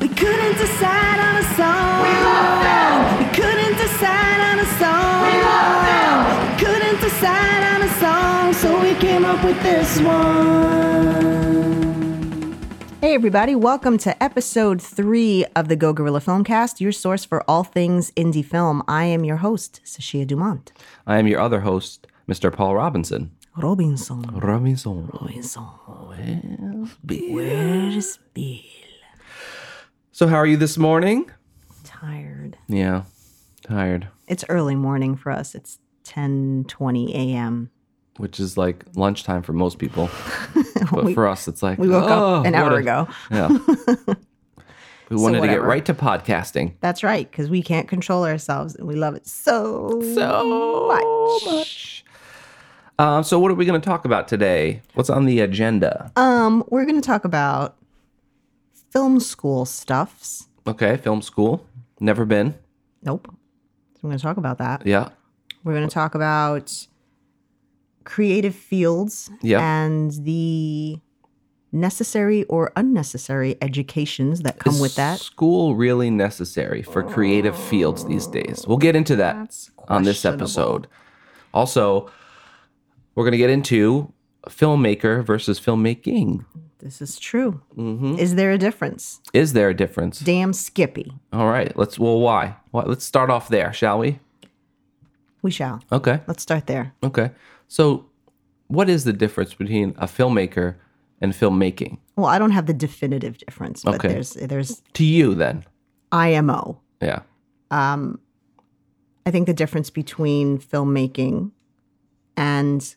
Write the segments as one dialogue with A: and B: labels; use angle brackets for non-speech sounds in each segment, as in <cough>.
A: couldn't decide on a song. We loved them. You couldn't decide on a song. We loved them. You couldn't decide on a song, so we came up with this one.
B: Hey, everybody, welcome to episode three of the Go Gorilla Filmcast, your source for all things indie film. I am your host, Sashia Dumont.
C: I am your other host, Mr. Paul Robinson.
B: Robinson.
C: Robinson.
B: Robinson. Where's Bill?
C: So, how are you this morning?
B: Tired.
C: Yeah, tired,
B: It's early morning for us. It's 10 20 a.m.
C: which is like lunchtime for most
B: <laughs>
C: people. But for us, it's like
B: We woke
C: "Oh,
B: up an
C: what
B: hour
C: a-"
B: ago. <laughs>
C: Yeah. we wanted to get
B: whatever.
C: right to podcasting.
B: That's right, because we can't control ourselves and we love it so,
C: So much. Um, so, what are we going to talk about today? What's on the agenda?
B: Um, we're going to talk about film school stuffs.
C: Okay, film school. Never been.
B: Nope. So we're going to talk about that.
C: Yeah.
B: We're going to talk about creative fields
C: Yeah.
B: and the necessary or unnecessary educations that come with that.
C: School really necessary for creative fields these days. We'll get into that
B: That's
C: on this episode. Also, we're going to get into filmmaker versus filmmaking.
B: This is true.
C: Mm-hmm.
B: Is there a difference?
C: Is there a difference?
B: Damn Skippy.
C: All right, let's. Well, why? why? Let's start off there, shall we?
B: We shall.
C: Okay.
B: Let's start there.
C: Okay. So, what is the difference between a filmmaker and filmmaking
B: Well, I don't have the definitive difference, but
C: Okay.
B: there's there's
C: to you? Then,
B: IMO.
C: yeah.
B: Um, I think the difference between filmmaking and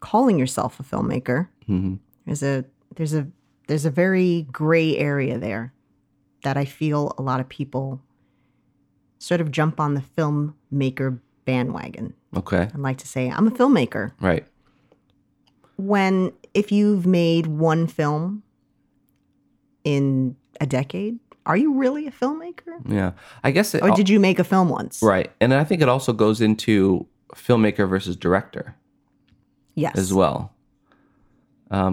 B: calling yourself a filmmaker
C: mm-hmm,
B: there's a there's a there's a very gray area there that I feel a lot of people sort of jump on the filmmaker bandwagon
C: Okay.
B: and like to say I'm a filmmaker
C: Right.
B: when if you've made one film in a decade are you really a filmmaker
C: Yeah. I guess. It,
B: or Oh, did you make a film once
C: Oh. right, and I think it also goes into filmmaker versus director.
B: yes
C: as well.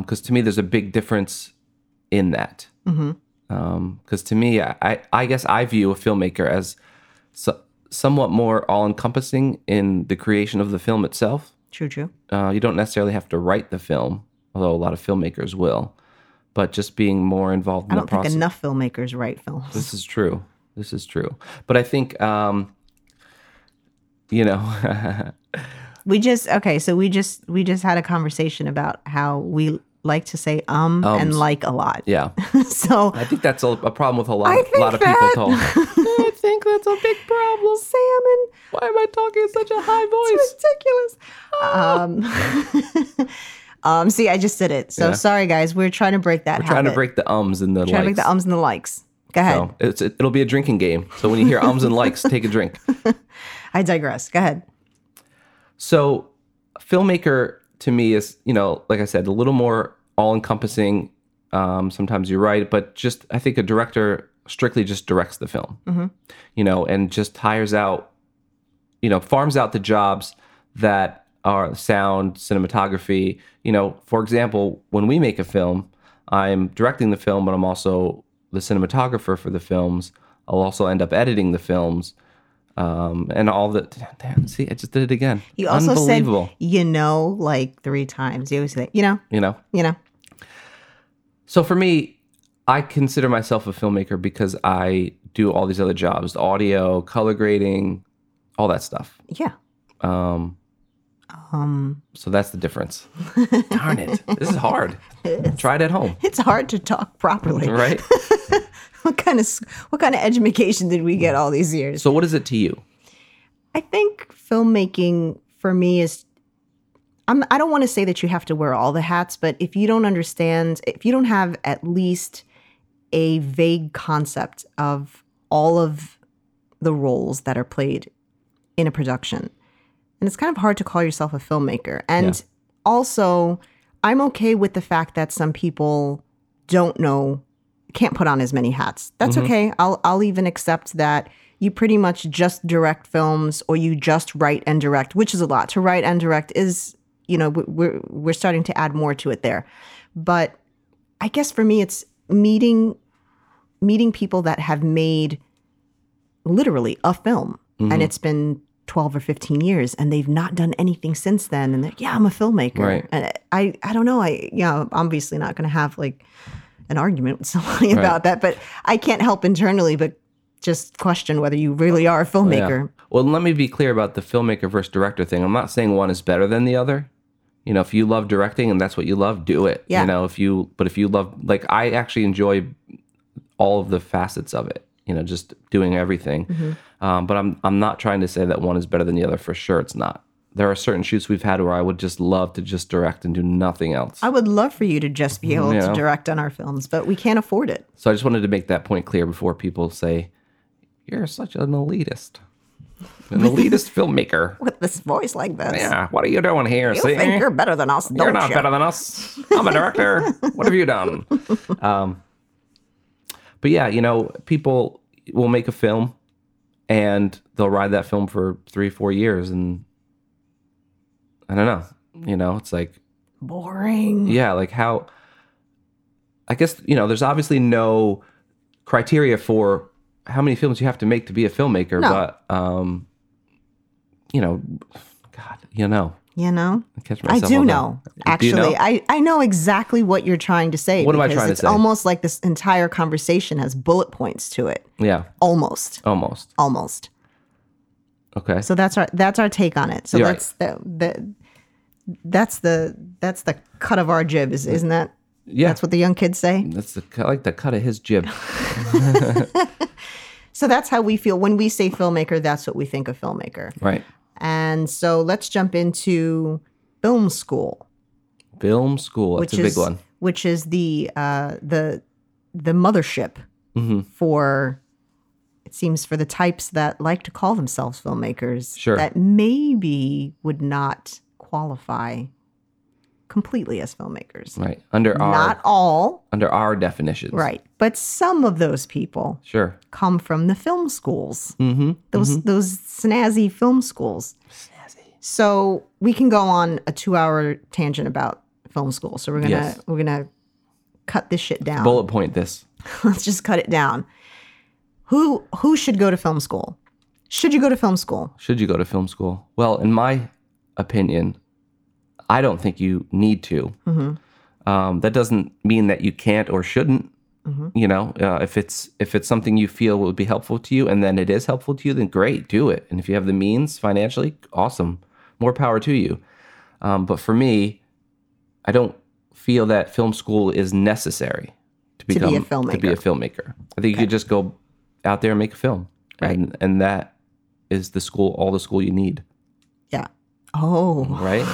C: Because to me, there's a big difference in that. Because
B: Mm-hmm.
C: to me, I- I, I guess I view a filmmaker as so, somewhat more all encompassing in the creation of the film itself.
B: true true
C: Uh, you don't necessarily have to write the film, although a lot of filmmakers will, but just being more involved in
B: I
C: the
B: don't
C: process.
B: think enough filmmakers write films
C: This is true. This is true. But I think, um, you know, <laughs>
B: We just okay, so we just we just had a conversation about how we like to say um and like a lot. <laughs>
C: yeah.
B: so
C: I think that's a, a problem with a lot,
B: I
C: a lot of
B: think
C: people.
B: that- <laughs>
C: Told. I think that's a big problem.
B: salmon,
C: Why am I talking in such a high voice?
B: ridiculous.
C: Ah.
B: Um, <laughs> um, see, I just did it. So
C: Yeah.
B: sorry, guys. We're trying to break that.
C: Trying to
B: habit.
C: break the ums and the
B: trying to
C: likes.
B: break the ums and the likes. Go ahead.
C: So it's, it, will be a drinking game. So when you hear ums and likes, take a drink.
B: I digress. Go ahead.
C: So filmmaker to me is, you know, like I said, a little more all encompassing. Um, sometimes you're right, but just I think a director strictly just directs the film,
B: Mm-hmm.
C: you know, and just hires out, you know, farms out the jobs that are sound, cinematography. You know, for example, when we make a film, I'm directing the film, but I'm also the cinematographer for the films. I'll also end up editing the films. Um, and all the damn, see, I just did it again.
B: You also said
C: Unbelievable.
B: you know like three times. You always say you know
C: you know.
B: you know.
C: So for me, I consider myself a filmmaker because I do all these other jobs: the audio, color grading, all that stuff.
B: Yeah. Um,
C: Um, so that's the difference. <laughs> Darn it! This is hard. Try <laughs> it at home,
B: It's hard to talk properly.
C: right?
B: <laughs> What kind of s- what kind of education did we get all these years?
C: <laughs> so what is it to you?
B: I think filmmaking for me is I'm I don't want to say that you have to wear all the hats, but if you don't understand, if you don't have at least a vague concept of all of the roles that are played in a production. And it's kind of hard to call yourself a filmmaker. And also, I'm okay with the fact that some people don't know can't put on as many hats. That's okay. I'll I'll even accept that you pretty much just direct films or you just write and direct, which is a lot. To write and direct is, you know, we- we're we're starting to add more to it there. But I guess for me it's meeting meeting people that have made literally a film and it's been 12 or 15 years and they've not done anything since then and they're yeah i'm a filmmaker
C: Right.
B: and i i don't know i yeah i'm obviously not going to have like an argument with <laughs> somebody about that but i can't help internally but just question whether you really are a
C: Oh, Yeah.
B: filmmaker
C: Well, let me be clear about the filmmaker versus director thing. I'm not saying one is better than the other. You know, if you love directing and that's what you love, do it.
B: Yeah.
C: You know, if you but if you love like I actually enjoy all of the facets of it. You know, just doing everything.
B: Mm-hmm.
C: Um, but I'm I'm not trying to say that one is better than the other for sure. It's not. There are certain shoots we've had where I would just love to just direct and do nothing else.
B: i would love for you to just be able
C: Mm, Yeah.
B: to direct on our films but we can't afford it <laughs>
C: So I just wanted to make that point clear before people say, "You're such an elitist,
B: <laughs>
C: an elitist filmmaker."
B: with this voice like this
C: Yeah, what are you doing here?
B: you
C: see?
B: think you're better than us
C: You're
B: don't
C: not
B: you?
C: better than us. I'm a director. what have you
B: <laughs>
C: done? Um, but yeah, you know, people will make a film and they'll ride that film for three, four years. And I don't know, you know, it's like,
B: boring
C: yeah, like how, I guess, you know, there's obviously no criteria for how many films you have to make to be a filmmaker,
B: No.
C: but, um, you know, God, you know,
B: you know
C: I catch
B: I
C: myself.
B: do
C: all the-
B: know,
C: Do
B: actually.
C: you know?
B: I, I know exactly what you're trying to say.
C: What am I
B: because
C: trying to
B: it's
C: say?
B: almost like this entire conversation has bullet points to it.
C: yeah,
B: Almost.
C: almost.
B: Almost.
C: Okay.
B: So that's our that's our take on it. So
C: You're
B: that's the, the that's the that's the cut of our jib, is isn't that?
C: yeah.
B: That's what the young kids say.
C: That's the I like the cut of his
B: <laughs>
C: jib.
B: So that's how we feel when we say filmmaker. That's what we think of filmmaker.
C: right.
B: And so let's jump into film school.
C: Film school. That's
B: which
C: a big
B: is
C: one.
B: which is the uh, the the mothership
C: Mm-hmm.
B: for it seems for the types that like to call themselves filmmakers
C: Sure.
B: that maybe would not qualify completely as filmmakers.
C: Right. Under our
B: Not all,
C: under our definitions.
B: right, but some of those people
C: Sure.
B: come from the film schools. Mm-hmm, those those snazzy film schools. So we can go on a two-hour tangent about film school. So we're gonna
C: Yes.
B: we're gonna cut this shit down.
C: Bullet point this.
B: <laughs> Let's just cut it down. Who who should go to film school? Should you go to film school?
C: Should you go to film school? Well, in my opinion, I don't think you need to. Um, that doesn't mean that you can't or shouldn't. You know, uh, if it's if it's something you feel would be helpful to you, and then it is helpful to you, then great, do it. And if you have the means financially, awesome, more power to you. Um, but for me, I don't feel that film school is necessary to
B: be a
C: become To be
B: filmmaker.
C: a filmmaker, I think you could just go out there and make a film, and and that is the school, all the school you need,
B: Yeah. Oh, <laughs>
C: right?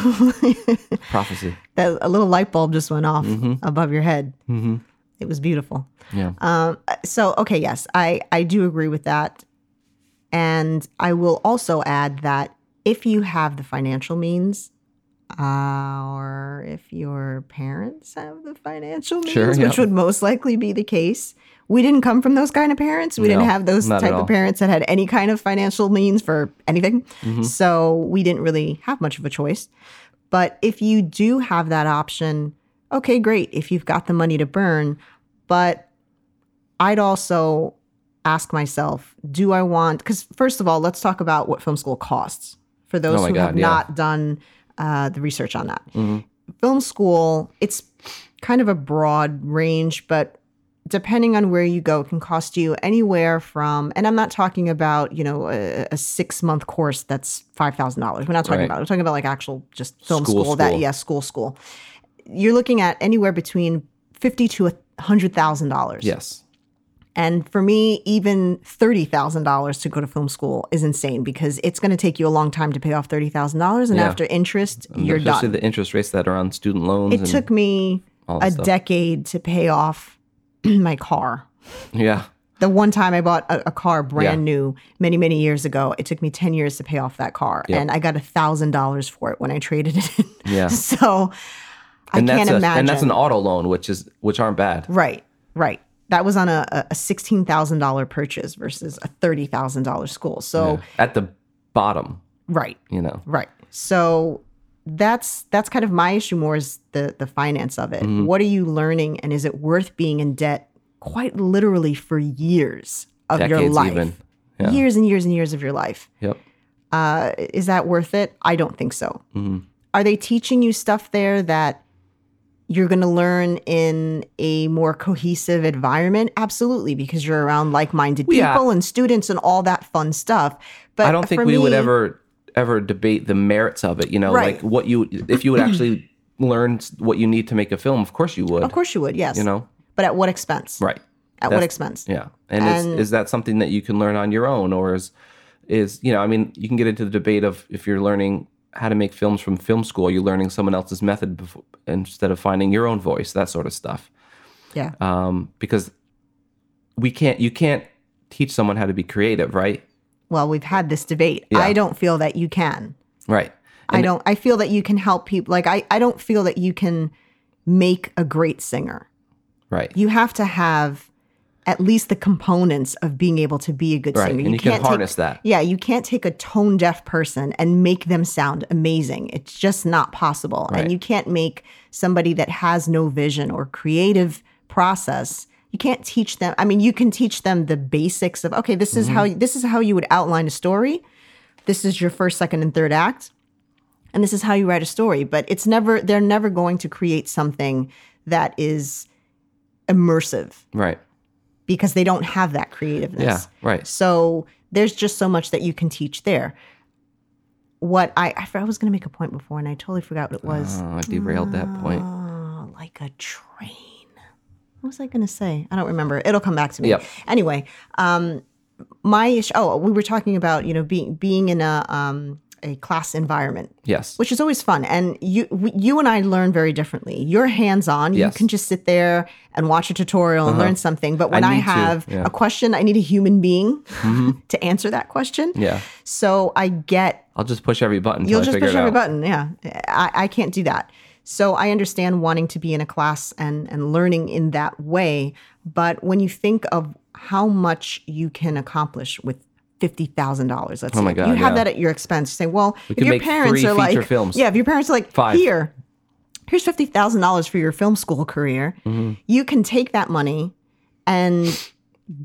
C: Prophecy.
B: that, a little light bulb just went off above your head.
C: Mm-hmm.
B: It was beautiful.
C: Yeah.
B: Um, so okay, yes, I I do agree with that, and I will also add that if you have the financial means, uh, or if your parents have the financial means,
C: Sure,
B: which
C: yeah.
B: would most likely be the case. We didn't come from those kind of parents. We didn't
C: No,
B: have those
C: not at
B: type
C: all.
B: of parents that had any kind of financial means for anything.
C: Mm-hmm.
B: So we didn't really have much of a choice. But if you do have that option, okay, great. If you've got the money to burn, but I'd also ask myself, do I want? Because first of all, let's talk about what film school costs for those
C: Oh my
B: who
C: God,
B: have
C: yeah.
B: not done uh, the research on that.
C: Mm-hmm.
B: Film school, it's kind of a broad range, but depending on where you go, it can cost you anywhere from. And I'm not talking about you know a, a six month course that's five thousand dollars. We're not talking
C: Right.
B: about. We're talking about like actual just film
C: School,
B: school, that
C: school.
B: yeah school school. You're looking at anywhere between fifty to hundred thousand dollars.
C: Yes.
B: And for me, even $30,000 to go to film school is insane because it's going to take you a long time to pay off $30,000. And
C: Yeah.
B: after interest, you're
C: Especially
B: done.
C: the interest rates that are on student loans.
B: It
C: and,
B: took me
C: all that
B: a
C: stuff.
B: decade to pay off <clears throat> my car.
C: <laughs> Yeah.
B: The one time I bought a, a car brand
C: Yeah.
B: new many, many years ago, it took me 10 years to pay off that car. And I got $1,000 for it when I traded it in. <laughs>
C: Yeah.
B: so I
C: and
B: can't
C: that's a,
B: imagine.
C: And that's an auto loan, which is which aren't bad.
B: Right, right. That was on a, a- a sixteen thousand dollar purchase versus a thirty thousand dollar school. So
C: At the bottom,
B: right,
C: you know.
B: right. So that's that's kind
C: Mm-hmm.
B: of my issue more is the the finance of it. What are you learning, and is it worth being in debt quite literally for years of your
C: Decades
B: life.
C: even. Yeah.
B: Years and years and years of your life.
C: Yep.
B: Uh, is that worth it? I don't think so.
C: Mm-hmm.
B: Are they teaching you stuff there that you're going to learn in a more cohesive environment? Absolutely, because you're around like minded people
C: Yeah.
B: and students and all that fun stuff. But
C: I don't think
B: Uh, for
C: we would
B: me-
C: ever ever debate the merits of it. You know,
B: Right.
C: like what you if you would actually learn s- what you need to make a film. Of course you would.
B: Of course, you would, yes.
C: You know.
B: But at what expense?
C: Right.
B: At what
C: That's-
B: expense?
C: Yeah. And, is
B: And-
C: is that something that you can learn on your own, or is is you know? I mean, you can get into the debate of if you're learning how to make films from film school, you're learning someone else's method before, instead of finding your own voice, that sort of stuff.
B: Yeah.
C: Um, because we can't, you can't teach someone how to be creative, right?
B: Well, we've had this debate.
C: Yeah.
B: I don't feel that you can.
C: Right.
B: I don't. I feel that you can help people. Like I, I don't feel that you can make a great singer.
C: Right.
B: You have to have at least the components of being able to be a good
C: right.
B: singer.
C: And you, can
B: can't take-
C: harness that.
B: yeah, you can't take a tone deaf person and make them sound amazing. It's just not possible.
C: Right.
B: And you can't make somebody that has no vision or creative process. You can't teach them. I mean, you can teach them the basics of okay, this is
C: Mm-hmm.
B: how this is how you would outline a story. This is your first, second, and third act. And this is how you write a story, but it's never they're never going to create something that is immersive
C: Right.
B: because they don't have that creativeness.
C: Yeah. Right.
B: So there's just so much that you can teach there. What I I, forgot- I was going to make a point before and I totally forgot what it was.
C: Oh, I derailed that point.
B: Oh, like a train. What was I going to say? I don't remember. It'll come back to me.
C: Yep.
B: Anyway, um, my ish. Oh, we were talking about you know being being in a um a class environment
C: Yes.
B: which is always fun. And you w- you and I learn very differently. You're hands on.
C: Yes. Uh-huh.
B: You can just sit there and watch a tutorial and learn something. But when
C: I
B: I,
C: need to,
B: have
C: yeah. Mm-hmm.
B: a question, I need a human being <laughs> to answer that question.
C: yeah.
B: So I get
C: I'll just push every button. till
B: you'll
C: I
B: just
C: figure
B: push
C: it
B: every
C: out.
B: button. Yeah, I, I can't do that. So I understand wanting to be in a class and and learning in that way. But when you think of how much you can accomplish with fifty thousand dollars, let's
C: Oh
B: say
C: my God,
B: you have
C: yeah.
B: that at your expense. You say, well, if
C: could
B: your
C: make
B: parents
C: three
B: are
C: feature
B: like,
C: films.
B: yeah, if your parents are like,
C: Five.
B: here, here's fifty thousand dollars for your film school career,
C: Mm-hmm.
B: you can take that money and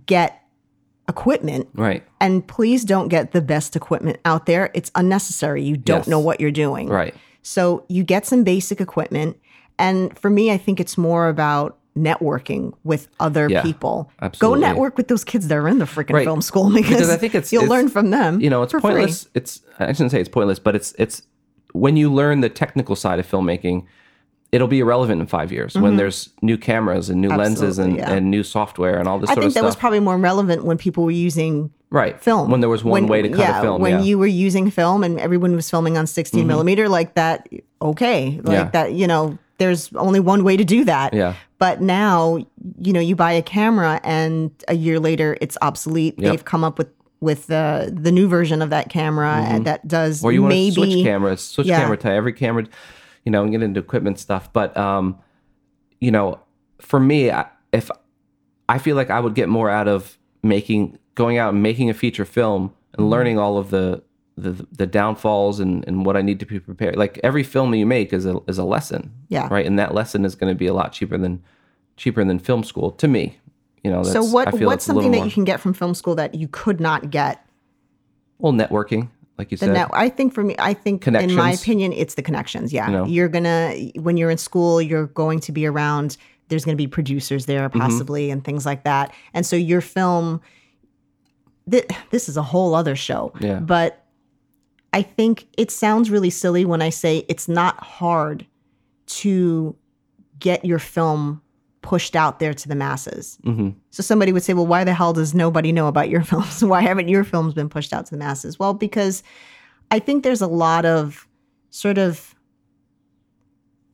B: get equipment
C: Right.
B: and please don't get the best equipment out there. It's unnecessary. You don't
C: Yes.
B: know what you're doing.
C: Right.
B: So you get some basic equipment. And for me, I think it's more about networking with other
C: Yeah,
B: people.
C: absolutely.
B: Go network with those kids that are in the freaking
C: Right.
B: film school <laughs> because,
C: Because I think it's-
B: you'll
C: it's-
B: learn from them.
C: you know it's
B: for free.
C: pointless it's i shouldn't say it's pointless but it's it's when you learn the technical side of filmmaking it'll be irrelevant in five years when there's new cameras and new lenses and,
B: Mm-hmm. Absolutely, yeah.
C: and new software and all this
B: I
C: sort
B: think
C: of
B: that
C: stuff
B: was probably more relevant when people were using
C: right
B: film.
C: when there was one
B: When-
C: way to cut
B: yeah,
C: a film
B: When
C: yeah Mm-hmm.
B: you were using film and everyone was filming on 16 millimeter, like that, okay. Like
C: Yeah.
B: that, you know, there's only one way to do that.
C: Yeah.
B: But now, you know, you buy a camera and a year later it's obsolete.
C: Yep.
B: They've come up with with the the new version of that camera and that does
C: Mm-hmm. or you want
B: maybe
C: to switch cameras switch
B: Yeah.
C: camera to every camera you know and get into equipment stuff but um you know for me I- if i feel like i would get more out of making going out and making a feature film
B: Mm-hmm.
C: and learning all of the the, the downfalls and, and what I need to be prepared. Like every film you make is a is a lesson.
B: Yeah.
C: Right. And that lesson is going to be a lot cheaper than cheaper than film school to me. You know.
B: So
C: That's, I
B: what
C: feel
B: what's
C: it's a little
B: something that
C: more-
B: you can get from film school that you could not get
C: Well, networking, like you
B: the
C: said.
B: net i think for me i think in my
C: Connections.
B: opinion it's the connections yeah
C: know?
B: you are gonna when you're in school you're going to be around there's gonna be producers there
C: Mm-hmm.
B: possibly and things like that and so your film th- this is a whole other show
C: Yeah.
B: but i think it sounds really silly when i say it's not hard to get your film pushed out there to the masses
C: Mm-hmm.
B: so somebody would say, well, why the hell does nobody know about your <laughs> films? Why haven't your films been pushed out to the masses? Well, because I think there's a lot of sort of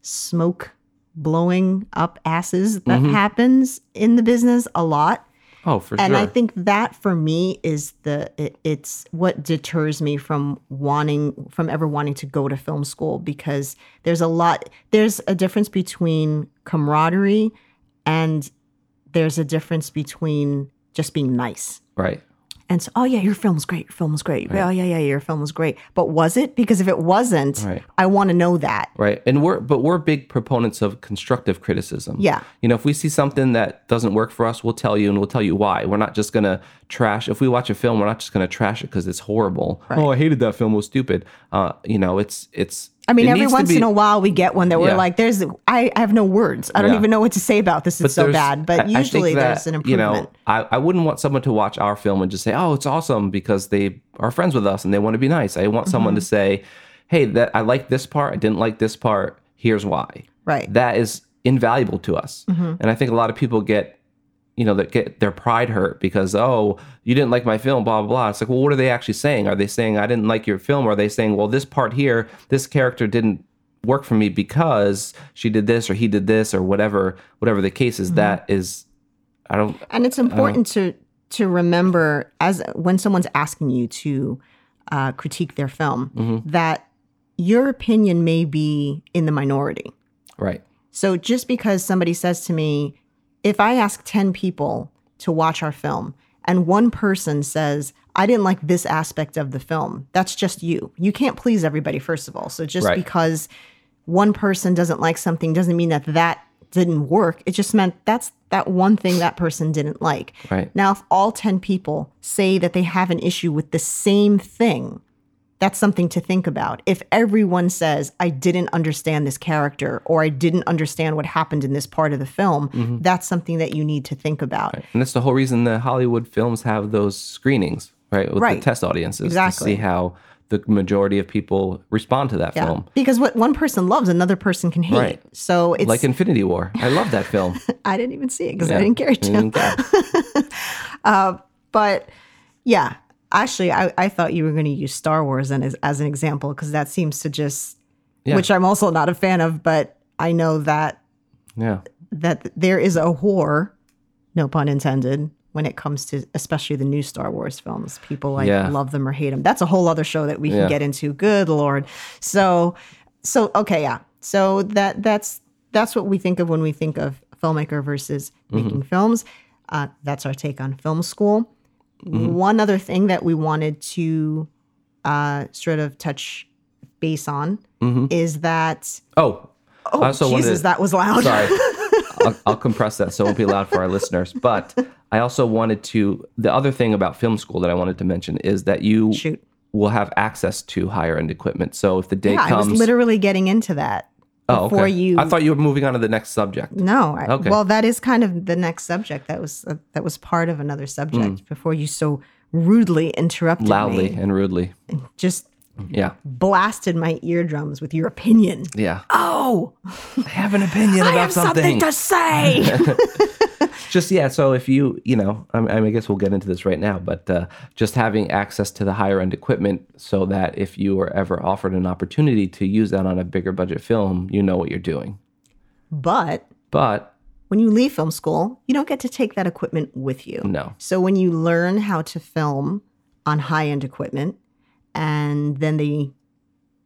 B: smoke blowing up asses that happens in the business a lot.
C: oh, for
B: And
C: sure.
B: I think that for me is the it, it's what deters me from wanting from ever wanting to go to film school because there's a lot there's a difference between camaraderie and there's a difference between just being nice.
C: right.
B: And so, oh yeah, your film was great. Your film was great. Oh yeah, yeah, your film was great. But was it? Because if it wasn't,
C: Right.
B: I want to know that.
C: Right. And we're but we're big proponents of constructive criticism.
B: Yeah.
C: You know, if we see something that doesn't work for us, we'll tell you and we'll tell you why. We're not just going to trash if we watch a film, we're not just going to trash it cuz it's horrible. Oh, I hated that film, it was stupid. Uh, you know, it's it's
B: I mean,
C: it
B: every
C: needs to
B: once
C: be-
B: in a while we get one that we're
C: Yeah.
B: like, "There's, I, I have no words. I don't
C: Yeah.
B: even know what to say about this. It's so
C: there's-
B: bad." But
C: I- I think
B: usually
C: that,
B: there's an improvement.
C: You know, I, I wouldn't want someone to watch our film and just say, "Oh, it's awesome," because they are friends with us and they want to be nice. I want someone
B: Mm-hmm.
C: to say, "Hey, that I like this part. I didn't like this part. Here's why."
B: Right.
C: That is invaluable to us,
B: Mm-hmm.
C: and I think a lot of people get. You know that get their pride hurt because oh you didn't like my film blah blah blah. It's like well what are they actually saying? Are they saying I didn't like your film? Or are they saying well this part here this character didn't work for me because she did this or he did this or whatever whatever the case is
B: Mm-hmm.
C: that is I don't
B: and it's important to to remember as when someone's asking you to uh, critique their film that your opinion may be in the minority.
C: right
B: So just because somebody says to me, if I ask 10 people to watch our film and one person says, I didn't like this aspect of the film, that's just you. You can't please everybody, first of all. So just
C: Right.
B: because one person doesn't like something doesn't mean that that didn't work. It just meant that's that one thing that person didn't like.
C: Right.
B: Now, if all 10 people say that they have an issue with the same thing, that's something to think about. If everyone says, I didn't understand this character or I didn't understand what happened in this part of the film,
C: Mm-hmm.
B: that's something that you need to think about.
C: and that's the whole reason the Hollywood films have those screenings right with
B: Right.
C: the test audiences
B: Exactly.
C: to see how the majority of people respond to that
B: Yeah.
C: film
B: Because what one person loves, another person can hate.
C: Right.
B: So it's,
C: like Infinity War I love that film
B: <laughs> I didn't even see it because
C: Yeah.
B: I didn't care
C: I
B: to.
C: didn't care.
B: But yeah, actually, I, I thought you were going to use Star Wars and as, as an example because that seems to just,
C: Yeah.
B: which I'm also not a fan of, but I know that
C: yeah
B: that there is a whore, no pun intended, when it comes to especially the new Star Wars films. People like
C: Yeah.
B: love them or hate them. That's a whole other show that we can
C: Yeah.
B: get into. Good lord. So, so okay, yeah. So that that's that's what we think of when we think of filmmaker versus
C: Mm-hmm.
B: making films. Uh, that's our take on film school.
C: Mm-hmm.
B: One other thing that we wanted to uh, sort of touch base on
C: Mm-hmm.
B: is that
C: oh I also wanted
B: Jesus,
C: to-
B: that was loud. <laughs>
C: <laughs> Sorry. I'll, I'll compress that so it won't be loud for our listeners. But I also wanted to. The other thing about film school that I wanted to mention is that you
B: Shoot.
C: will have access to higher end equipment. So if the day
B: Yeah,
C: comes,
B: I was literally getting into that
C: oh,
B: before
C: okay.
B: you.
C: I thought you were moving on to the next subject.
B: no. I,
C: Okay.
B: Well, that is kind of the next subject. That was uh, that was part of another subject before you so rudely interrupted
C: Hmm. Loudly
B: me.
C: and rudely.
B: Just
C: Yeah.
B: blasted my eardrums with your opinion.
C: Yeah.
B: Oh,
C: I have an opinion
B: I
C: about
B: have something to
C: <laughs>
B: say.
C: just yeah so if you you know I, mean, I guess we'll get into this right now but uh, just having access to the higher end equipment so that if you are ever offered an opportunity to use that on a bigger budget film you know what you're doing
B: but
C: but
B: when you leave film school, you don't get to take that equipment with you.
C: no
B: So when you learn how to film on high end equipment, and then they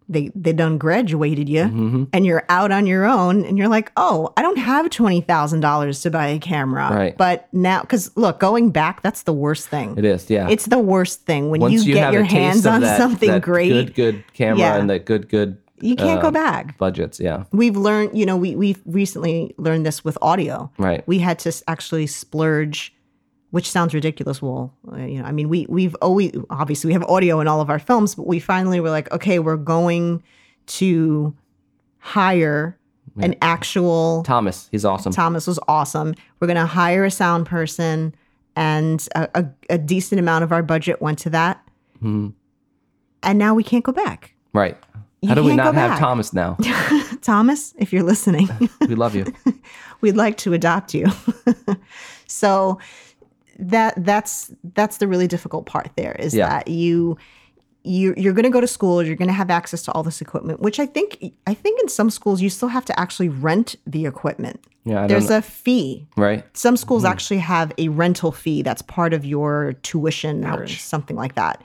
B: they they done graduated you,
C: Mm-hmm.
B: and you're out on your own, and you're like, oh, I don't have twenty thousand dollars to buy a camera,
C: Right.
B: But now, because look, going back, that's the worst thing.
C: it is yeah
B: It's the worst thing when
C: once
B: you,
C: you,
B: get
C: have
B: your
C: a taste
B: hands
C: of
B: on
C: that,
B: something
C: that
B: great.
C: good good camera
B: Yeah.
C: and that good good
B: you can't go
C: um,
B: back.
C: budgets yeah
B: We've learned, you know, we we've recently learned this with audio
C: right
B: we had to s- actually splurge which sounds ridiculous well uh, you know i mean we we've always obviously we have audio in all of our films but we finally were like okay we're going to hire an actual
C: thomas he's awesome
B: thomas was awesome we're going to hire a sound person and a, a, a decent amount of our budget went to that and now we can't go back <laughs>
C: right
B: You
C: how do we
B: can't go
C: not have
B: back. <laughs>
C: thomas now
B: thomas if you're listening <laughs>
C: we love you
B: we'd like to adopt you. <laughs> so that that's that's the really difficult part there is
C: Yeah.
B: that you you you're going to go to school, you're going to have access to all this equipment, which I think I think in some schools you still have to actually rent the equipment.
C: yeah I
B: There's
C: don't know.
B: a fee.
C: right Hmm.
B: Some schools actually have a rental fee that's part of your tuition or something like that,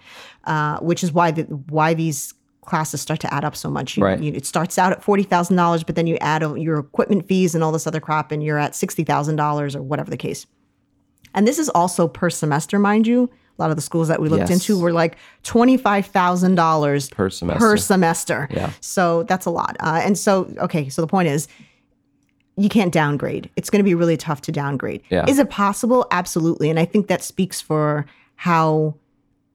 B: uh, which is why the, why these classes start to add up so much. You,
C: Right.
B: you- it starts out at forty thousand dollars, but then you add all your equipment fees and all this other crap, and you're at sixty thousand dollars or whatever the case. And this is also per semester, mind you, a lot of the schools that we looked
C: Yes.
B: into were like $25,000
C: per semester.
B: per semester.
C: Yeah.
B: So that's a lot. Uh, and so, okay, so the point is you can't downgrade. It's going to be really tough to downgrade.
C: Yeah.
B: Is it possible? Absolutely. And I think that speaks for how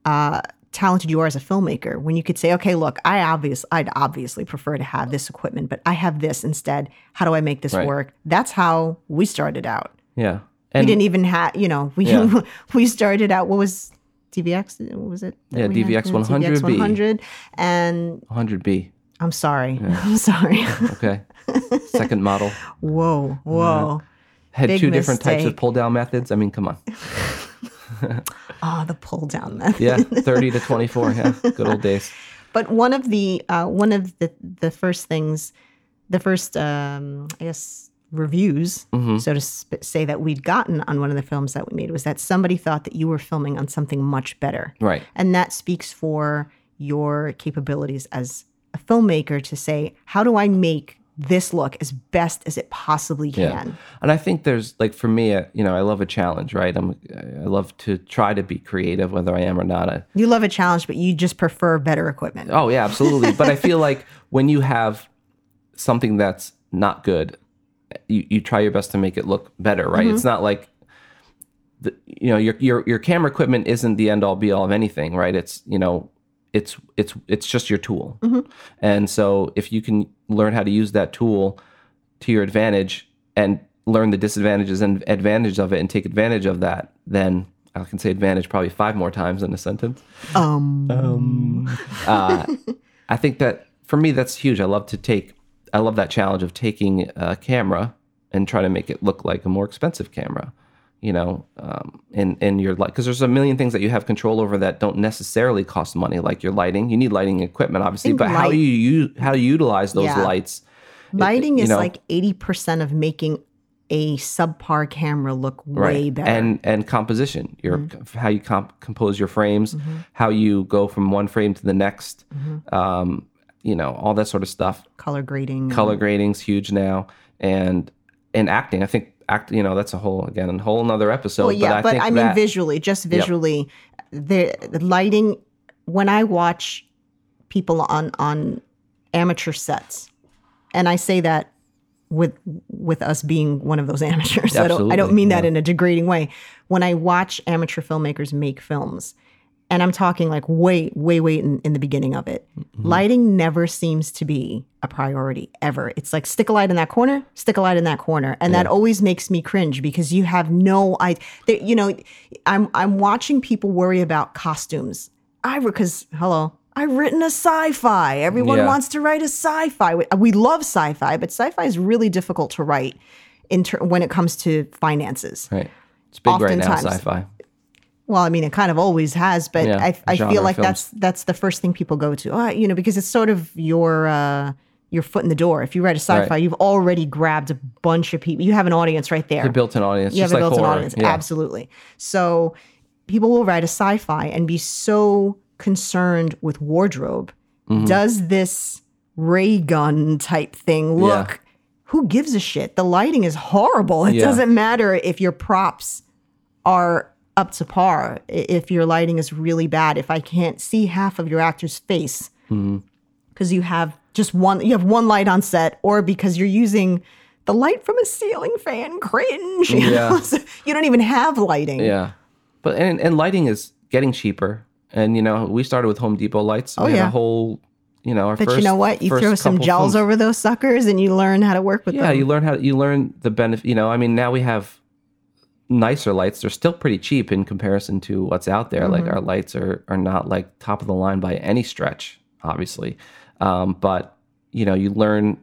B: uh, talented you are as a filmmaker when you could say, okay, look, I obvious, I'd obviously prefer to have this equipment, but I have this instead. How do I make this
C: Right.
B: work? That's how we started out.
C: yeah. And
B: we didn't even have, you know, we
C: Yeah.
B: <laughs> we started out. What was DVX? What was it? that
C: Yeah,
B: we had?
C: DVX 100B.
B: 100, and
C: 100B.
B: I'm sorry. <laughs> I'm sorry. <laughs>
C: Okay. Second model.
B: whoa, whoa.
C: Had
B: Big
C: two different types of
B: mistake.
C: pull down methods. I mean, come on.
B: Ah, the pull down method. <laughs>
C: Yeah. 30 to 24. Yeah. Good old days.
B: But one of the uh, one of the the first things, the first um, I guess reviews,
C: Mm-hmm.
B: so to sp- say, that we'd gotten on one of the films that we made was that somebody thought that you were filming on something much better,
C: Right.
B: and that speaks for your capabilities as a filmmaker to say, how do I make this look as best as it possibly can?
C: And I think there's like for me, uh, you know, I love a challenge, right? I'm I love to try to be creative, whether I am or not. I,
B: You love a challenge, but you just prefer better equipment.
C: oh yeah, absolutely. but I feel like when you have something that's not good, you, you try your best to make it look better, right? It's not like the, you know your, your your camera equipment isn't the end all be all of anything, right? It's you know it's it's it's just your tool, and so if you can learn how to use that tool to your advantage and learn the disadvantages and advantage of it and take advantage of that, then I can say advantage probably five more times in a sentence.
B: Um,
C: Uh, I think that for me, that's huge. I love to take, I love that challenge of taking a camera and try to make it look like a more expensive camera, you know, um, in, in your light. Because there's a million things that you have control over that don't necessarily cost money, like your lighting. You need lighting equipment, obviously,
B: think
C: but how
B: light-
C: you use, how you utilize those
B: Yeah.
C: lights.
B: Lighting
C: you
B: is
C: know.
B: like 80% of making a subpar camera look way better. Mm.
C: and and composition your how you comp- compose your frames
B: Mm-hmm,
C: how you go from one frame to the next um, you know all that sort of stuff
B: color grading.
C: color grading's huge now and and acting i think act you know that's a whole again a whole another episode
B: Well, yeah,
C: i
B: but
C: think
B: I mean
C: that,
B: visually, just visually, the, the lighting. When I watch people on on amateur sets, and I say that with with us being one of those <laughs> amateurs, I don't I don't
C: Absolutely,
B: mean that in a degrading way. When I watch amateur filmmakers make films, and I'm talking like way way way in, in the beginning of it, lighting never seems to be a priority ever. It's like stick a light in that corner, stick a light in that corner, and that always makes me cringe because you have no I that you know I'm I'm watching people worry about costumes. I because hello. I've written a sci-fi. Everyone
C: Yeah.
B: wants wants to write a sci-fi. We- We love sci-fi, but sci-fi is really difficult to write in ter- when it comes to finances.
C: right it's big right now
B: oftentimes-
C: sci-fi
B: Well, I mean, it kind of always has, but
C: Yeah,
B: I, I
C: genre
B: feel like
C: films.
B: that's that's the first thing people go to, oh, you know, because it's sort of your uh, your foot in the door. If you write a sci-fi,
C: Right.
B: you've already grabbed a bunch of people. You have an audience right there.
C: the built-in audience
B: you have
C: just
B: a
C: like
B: built-in
C: horror.
B: audience,
C: yeah.
B: absolutely. So people will write a sci-fi and be so concerned with wardrobe.
C: Mm-hmm.
B: Does this ray gun type thing
C: Yeah.
B: look? Who gives a shit? The lighting is horrible. It
C: Yeah.
B: doesn't matter if your props are up to par. i- If your lighting is really bad, if I can't see half of your actor's face
C: Hmm.
B: because you have just one, you have one light on set, or because you're using the light from a ceiling fan. Cringe. you
C: Yeah.
B: know? <laughs> So you don't even have lighting.
C: Yeah, but and and lighting is getting cheaper, and you know we started with Home Depot lights. Oh we had
B: yeah.
C: a whole you know our
B: But
C: first.
B: you know what? You
C: first
B: throw some
C: couple
B: gels
C: films-
B: over those suckers, and you learn how to work with
C: Yeah,
B: them.
C: you learn how you learn the benefit. You know, I mean, now we have nicer lights. They're still pretty cheap in comparison to what's out there. Like our lights are are not like top of the line by any stretch, obviously. Um, but you know, you learn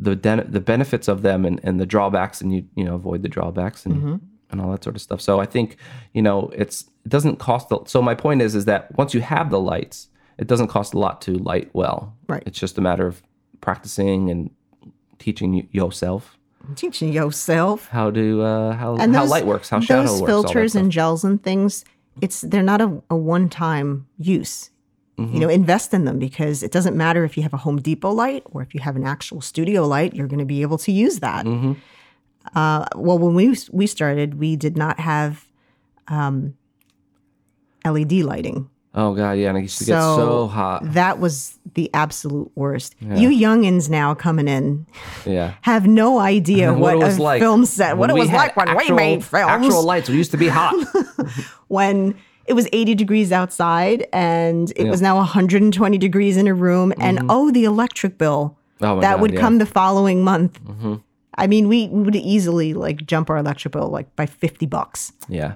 C: the den- the benefits of them and, and the drawbacks, and you you know avoid the drawbacks and and all that sort of stuff. So I think you know it's it doesn't cost. The, so my point is is that once you have the lights, it doesn't cost a lot to light well.
B: Right.
C: It's just a matter of practicing and teaching y- yourself
B: Teaching yourself.
C: how to uh, how how
B: those-
C: light works, how shadow
B: those
C: works. all that
B: filters
C: stuff.
B: and gels and things it's they're not a, a one-time use
C: Mm-hmm.
B: you know invest in them because it doesn't matter if you have a home depot light or if you have an actual studio light you're going to be able to use that
C: Mm-hmm.
B: uh, well when we we started we did not have um, LED lighting.
C: Oh god, yeah, and it used to get so hot.
B: That was the absolute worst. You youngins now coming in
C: Yeah.
B: have
C: <laughs>
B: no idea
C: And
B: what,
C: it was
B: a
C: like
B: film set, <laughs> what
C: when
B: it
C: we
B: was
C: had
B: like when we
C: actual-
B: made films.
C: Actual lights. We used to be
B: <laughs>
C: hot. Oh,
B: when it was 80 degrees outside and it
C: Yeah. Mm-hmm.
B: was now 120 degrees in a room and oh the electric bill
C: Oh my
B: that
C: God,
B: would
C: yeah. Mm-hmm.
B: come the following month i mean we, we would easily like jump our electric bill like by 50 bucks
C: yeah.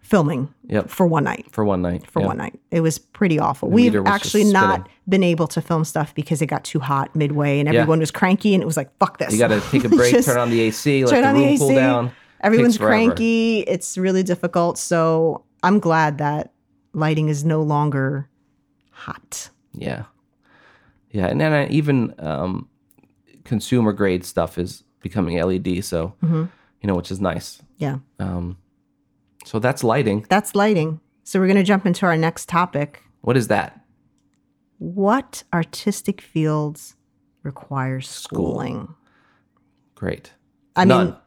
B: filming
C: Yep.
B: for one night
C: For one night.
B: for
C: yeah.
B: one night it was pretty awful we've
C: meter was just
B: actually not
C: spinning.
B: been able to film stuff because it got too hot midway and everyone was cranky and it was like fuck this
C: You
B: <laughs>
C: got to take a break,
B: Just-
C: turn on the AC, let
B: turn
C: the
B: on
C: room
B: the AC.
C: cool down.
B: Everyone's
C: Takes forever.
B: cranky. It's really difficult. So I'm glad that lighting is no longer hot.
C: Yeah. Yeah. And then I, even um, consumer grade stuff is becoming LED. So,
B: Mm-hmm.
C: you know, which is nice.
B: Yeah,
C: Um, so that's lighting.
B: that's lighting. So we're going to jump into our next topic.
C: What is that?
B: What artistic fields require schooling?
C: Great.
B: I
C: None.
B: mean, Oh.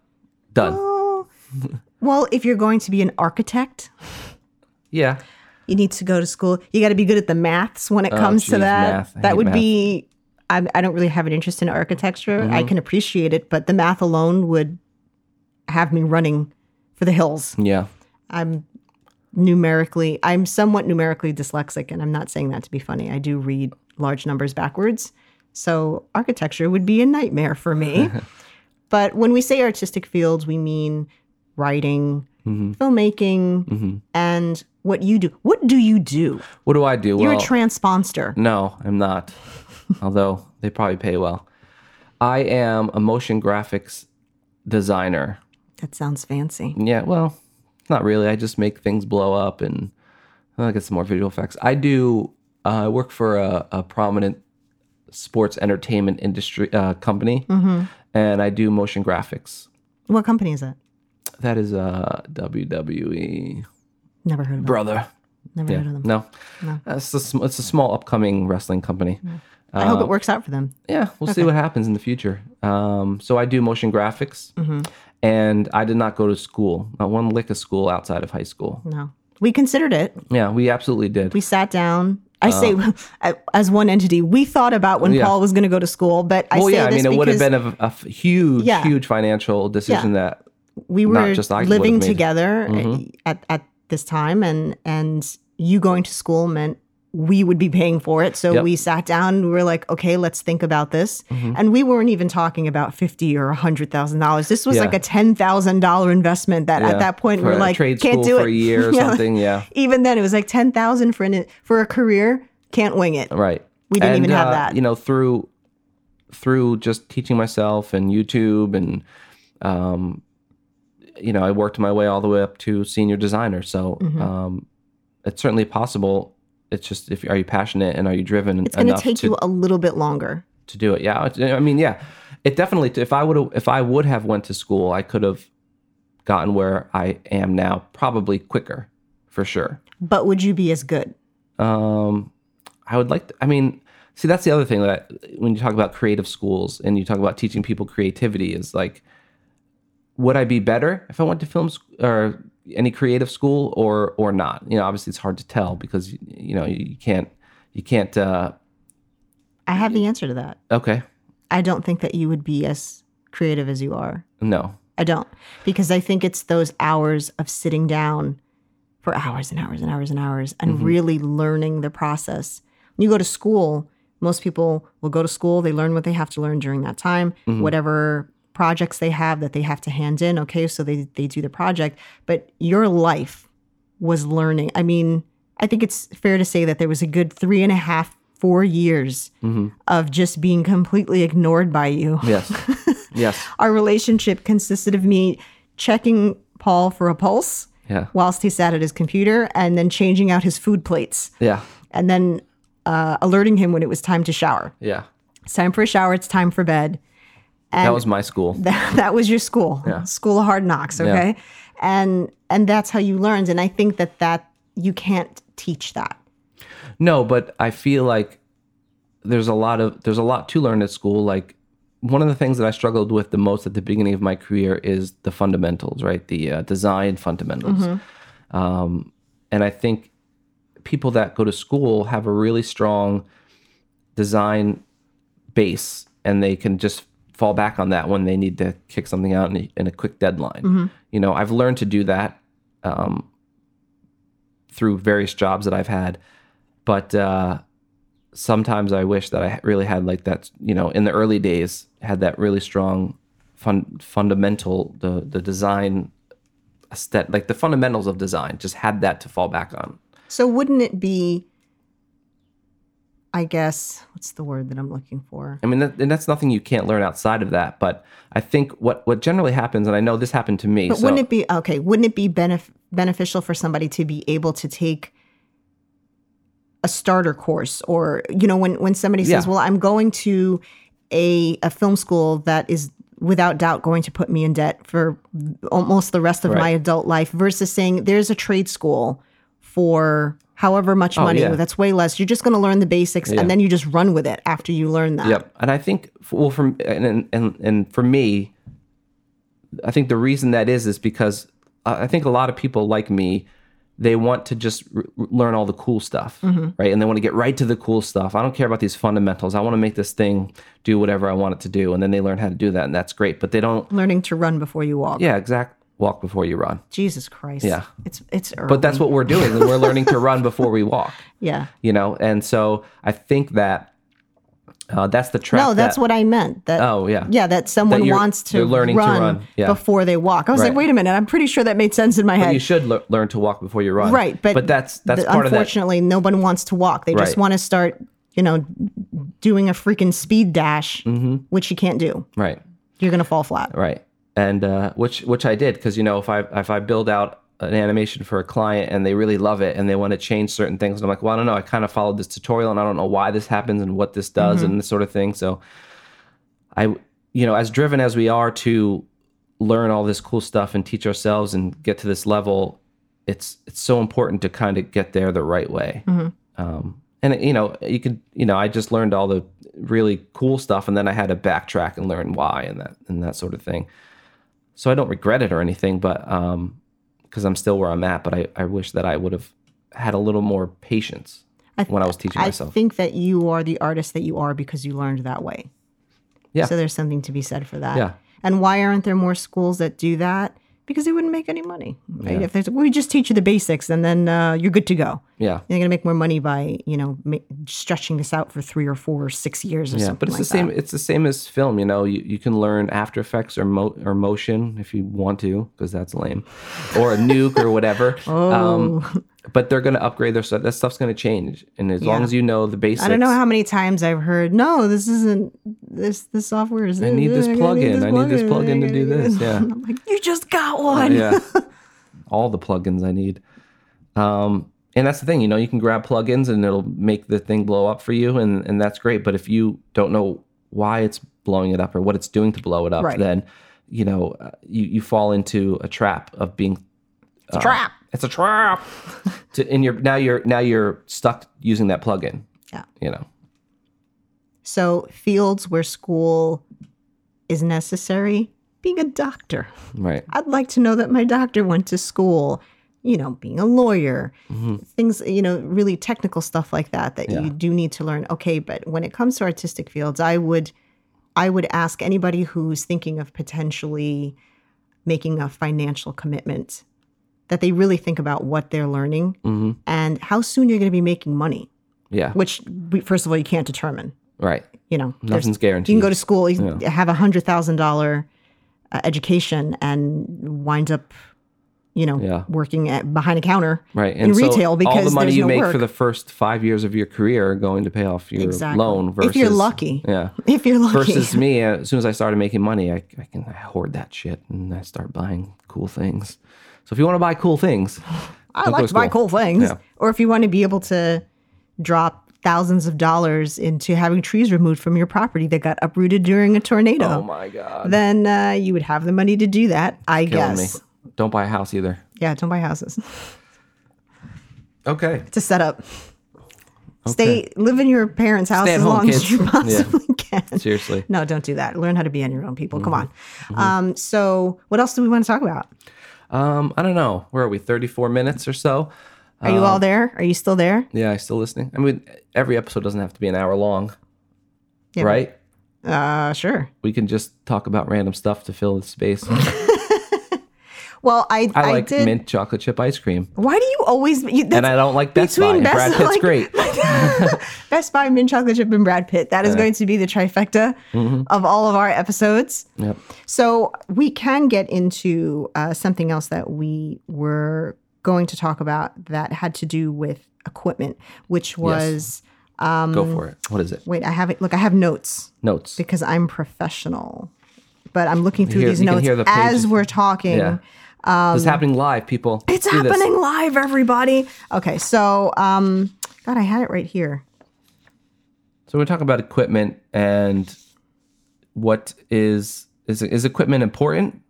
C: Done.
B: well, well, if you're going to be an architect,
C: yeah.
B: you need to go to school. You got to be good at the maths when it comes to
C: Oh, geez,
B: that.
C: math. I hate
B: That would
C: math. Mm-hmm.
B: be. I, I don't really have an interest in architecture. I can appreciate it, but the math alone would have me running for the hills.
C: Yeah.
B: I'm numerically, I'm somewhat numerically dyslexic, and I'm not saying that to be funny. I do read large numbers backwards. So architecture would be a nightmare for
C: <laughs>
B: me. but when we say artistic fields, we mean writing,
C: Mm-hmm.
B: filmmaking, and what you do. What do you do?
C: What do I do?
B: You're
C: well, Mm.
B: a transponster.
C: No, I'm not. Although they probably pay well. I am a motion graphics designer.
B: That sounds fancy.
C: Yeah, well, not really. I just make things blow up and I get some more visual effects. I do. Uh, I work for a, a prominent sports entertainment industry uh, company, and I do motion graphics.
B: What company is that?
C: That is uh, WWE,
B: Never heard of them.
C: E brother.
B: Never heard of them.
C: No, It's, a, sm- it's a small upcoming wrestling company.
B: I hope
C: Uh,
B: it works out for them.
C: Yeah, we'll see what happens in the future. Um, so I do motion graphics,
B: Mm-hmm.
C: and I did not go to school, not one lick of school outside of high school.
B: No. We considered it.
C: Yeah, we absolutely did.
B: We sat down. <laughs> I say as one entity. We thought about when
C: Uh. Yeah.
B: Paul was going to go to school, but I
C: well,
B: say
C: yeah, I
B: this
C: mean, it would
B: because
C: have been a, a f- huge,
B: Yeah.
C: huge financial decision that,
B: we
C: not
B: were
C: just I would've
B: living
C: made it. Mm-hmm.
B: together uh, at, at this time, and and you going to school meant we would be paying for it. So
C: Yep. Mm-hmm.
B: we sat down. We were like, okay, let's think about this. And we weren't even talking about fifty or hundred thousand dollars. This was
C: Yeah.
B: like a ten thousand dollar investment. That
C: yeah,
B: at that point
C: for
B: we we're
C: a
B: like,
C: trade
B: can't do
C: school for
B: it
C: a year
B: <laughs>
C: or
B: Yeah,
C: something. Yeah,
B: Even then, it was like ten thousand for an for a career. Can't wing it.
C: right.
B: We didn't even have
C: uh,
B: that.
C: You know, through through just teaching myself and YouTube, and um, you know, I worked my way all the way up to senior designer. So
B: Mm-hmm.
C: um, it's certainly possible. It's just if are you passionate and are you driven
B: It's going to
C: enough
B: take
C: to
B: you a little bit longer.
C: to do it. Yeah, it- I mean, yeah, it definitely. If I would, if I would have went to school, I could have gotten where I am now, probably quicker, for sure.
B: but would you be as good?
C: Um, I would like. To, I mean, see, that's the other thing that when you talk about creative schools and you talk about teaching people creativity, is like, would I be better if I went to film sc- or any creative school or or not? You know, obviously it's hard to tell because you know you can't you can't. uh
B: I have
C: Mm-hmm.
B: the answer to that.
C: Okay,
B: I don't think that you would be as creative as you are.
C: no,
B: I don't, because I think it's those hours of sitting down for hours and hours and hours and hours and really learning the process. When you go to school, most people will go to school, they learn what they have to learn during that time, whatever projects they have that they have to hand in. Okay, so they, they do the project, but your life was learning. I mean, I think it's fair to say that there was a good three and a half, four years of just being completely ignored by you
C: yes, yes,
B: our relationship consisted of me checking Paul for a pulse
C: yeah,
B: whilst he sat at his computer and then changing out his food plates
C: yeah,
B: and then uh, alerting him when it was time to shower.
C: yeah.
B: It's time for a shower, it's time for bed. <laughs>
C: That was my school.
B: That, that was your school, school of hard knocks, okay? And and that's how you learned and I think that that you can't teach that.
C: No, but I feel like there's a lot of there's a lot to learn at school. Like one of the things that I struggled with the most at the beginning of my career is the fundamentals, right? The uh, design fundamentals. Um, and I think people that go to school have a really strong design base and they can just fall back on that when they need to kick something out in a, in a quick deadline. You know, I've learned to do that um, through various jobs that I've had, but uh, sometimes I wish that I really had like that. You know, in the early days, had that really strong fun, fundamental the the design aesthetic, like the fundamentals of design, just had that to fall back on.
B: So wouldn't it be I guess what's the word that I'm looking for?
C: I mean, that, and that's nothing you can't learn outside of that. But I think what what generally happens, and I know this happened to me.
B: But
C: so,
B: wouldn't it be okay, wouldn't it be benef- beneficial for somebody to be able to take a starter course or you know when when somebody says,
C: Yeah.
B: "Well, I'm going to a a film school that is without doubt going to put me in debt for almost the rest of my
C: Right.
B: adult life" versus saying, "There's a trade school for however much money
C: Oh, yeah.
B: that's way less. You're just going to learn the basics
C: Yeah.
B: and then you just run with it after you learn that."
C: Yep. And I think f- well, from and and and for me, I think the reason that is is because I I think a lot of people like me, they want to just r- r- learn all the cool stuff,
B: Mm-hmm.
C: right? And they want to get right to the cool stuff. I don't care about these fundamentals. I want to make this thing do whatever I want it to do, and then they learn how to do that, and that's great. But they don't.
B: Learning to run before you walk.
C: Yeah, exact. Walk before you run.
B: Jesus Christ.
C: Yeah.
B: It's it's early.
C: But that's what we're doing, and we're learning to run before we walk.
B: yeah.
C: You know, and so I think that uh, that's the trap.
B: No, that's
C: that-
B: what I meant. That
C: Oh, yeah.
B: yeah, that someone
C: That you're-
B: wants to
C: they're learning to
B: run,
C: run. Yeah.
B: before they walk. I was like,
C: Right.
B: wait a minute, I'm pretty sure that made sense in my
C: you
B: head.
C: should le- learn to walk before you run.
B: right, but
C: but that's that's
B: the-
C: part of that.
B: unfortunately no one wants to walk. They just
C: Right.
B: want to start, you know, doing a freaking speed dash, which you can't do.
C: Right,
B: You're gonna fall flat.
C: Mm-hmm. right, and uh, which which I did because you know if I if I build out an animation for a client and they really love it and they want to change certain things and I'm like, well, I don't know. I kind of followed this tutorial and I don't know why this happens and what this
B: Mm-hmm.
C: does and this sort of thing. So I, you know, as driven as we are to learn all this cool stuff and teach ourselves and get to this level, it's it's so important to kind of get there the right way.
B: Mm-hmm.
C: Um, and you know, you could, you know, I just learned all the really cool stuff, and then I had to backtrack and learn why and that and that sort of thing. So I don't regret it or anything, but because I'm still where I'm at, but I, I wish that I would have had a little more patience
B: I th-
C: when I was teaching
B: I
C: myself.
B: think that you are the artist that you are because you learned that way.
C: Yeah.
B: So there's something to be said for that.
C: Yeah.
B: And why aren't there more schools that do that? Because they wouldn't make any money. Right? If there's, we just teach you the basics and then uh, you're good to go.
C: yeah.
B: You're going to make more money by, you know, ma- stretching this out for three or four or six years or
C: Yeah,
B: something
C: but it's
B: like
C: the same.
B: that.
C: It's the same as film. You know, you, you can learn After Effects or mo- or motion if you want to, because that's lame, or a nuke or
B: <laughs>
C: whatever.
B: Oh.
C: Um, but they're going to upgrade their stuff. That stuff's going to change, and as long as you know the basics,
B: I don't know how many times I've heard, no, this isn't, this this software is.
C: I need this plugin. I need this plugin to do this. Yeah,
B: <laughs>
C: Oh,
B: I'm like, you just got one.
C: yeah.
B: <laughs>
C: All the plugins I need. Um, and that's the thing. You know, you can grab plugins and it'll make the thing blow up for you, and and that's great. But if you don't know why it's blowing it up or what it's doing to blow it up,
B: Right.
C: then you know uh, you you fall into a trap of being uh,
B: It's a trap.
C: it's a trap. <laughs> to, and you're now you're now you're stuck using that plugin.
B: Yeah.
C: You know.
B: So fields where school is necessary, being a doctor.
C: Right.
B: I'd like to know that my doctor went to school, you know, being a lawyer, things, you know, really technical stuff like that that you do need to learn. Okay, but when it comes to artistic fields, I would I would ask anybody who's thinking of potentially making a financial commitment that they really think about what they're learning and how soon you're going to be making money,
C: Yeah.
B: which we- first of all you can't determine,
C: Right.
B: you know. there's-
C: Nothing's
B: you
C: guaranteed.
B: can go to school, you can have a hundred thousand dollar uh, education, and wind up, you know,
C: Yeah.
B: working at behind a counter,
C: Right.
B: in
C: so
B: retail because
C: all the money
B: there's
C: you
B: no
C: make
B: work.
C: for the first five years of your career are going to pay off your
B: Exactly.
C: loan versus
B: If you're lucky. <laughs>
C: Yeah.
B: <laughs> if you're lucky.
C: Versus me, uh, as soon as I started making money, I, I can I hoard that shit and I start buying cool things. So if you want to buy cool things,
B: <laughs> I
C: don't go
B: like to buy
C: school.
B: cool things,
C: Yeah.
B: or if you want to be able to drop thousands of dollars into having trees removed from your property that got uprooted during a tornado,
C: Oh my god,
B: then uh, you would have the money to do that. I
C: killing
B: guess.
C: me. Don't buy a house either.
B: Yeah, don't buy houses. <laughs>
C: Okay.
B: It's a setup. Stay, live in your parents' house
C: Stay at
B: as
C: home,
B: long as
C: kids.
B: you
C: Yeah.
B: possibly <laughs> can.
C: Seriously.
B: No, don't do that. Learn how to be on your own, people. Come on.
C: Mm-hmm.
B: Um, so, what else do we want to talk about?
C: Um, I don't know. Where are we? Thirty-four minutes or so.
B: Are you all there? Are you still there?
C: Yeah, I still listening. I mean, every episode doesn't have to be an hour long,
B: Yeah.
C: right?
B: Uh, sure.
C: We can just talk about random stuff to fill the space.
B: Well, I I,
C: I like
B: did.
C: mint chocolate chip ice cream,
B: Why do you always? You, that's,
C: and I don't like Best Buy.
B: between
C: and
B: Best-
C: Brad
B: <laughs>
C: Pitt's
B: like-
C: great. <laughs>
B: Best Buy, mint chocolate chip, and Brad Pitt. That is going to be the trifecta
C: Mm-hmm.
B: of all of our episodes.
C: Yep.
B: So we can get into uh, something else that we were going to talk about that had to do with equipment, which was um,
C: Go for it. What is it?
B: wait, I have it. Look, I have notes
C: Notes.
B: because I'm professional, but I'm looking through
C: hear-
B: these
C: you can
B: notes
C: hear the
B: as
C: pages.
B: we're talking.
C: Yeah. this is happening live, people.
B: um, It's
C: Do this.
B: happening live, everybody. Okay, so um, God, I had it right here.
C: So we're talking about equipment and what is is is equipment important?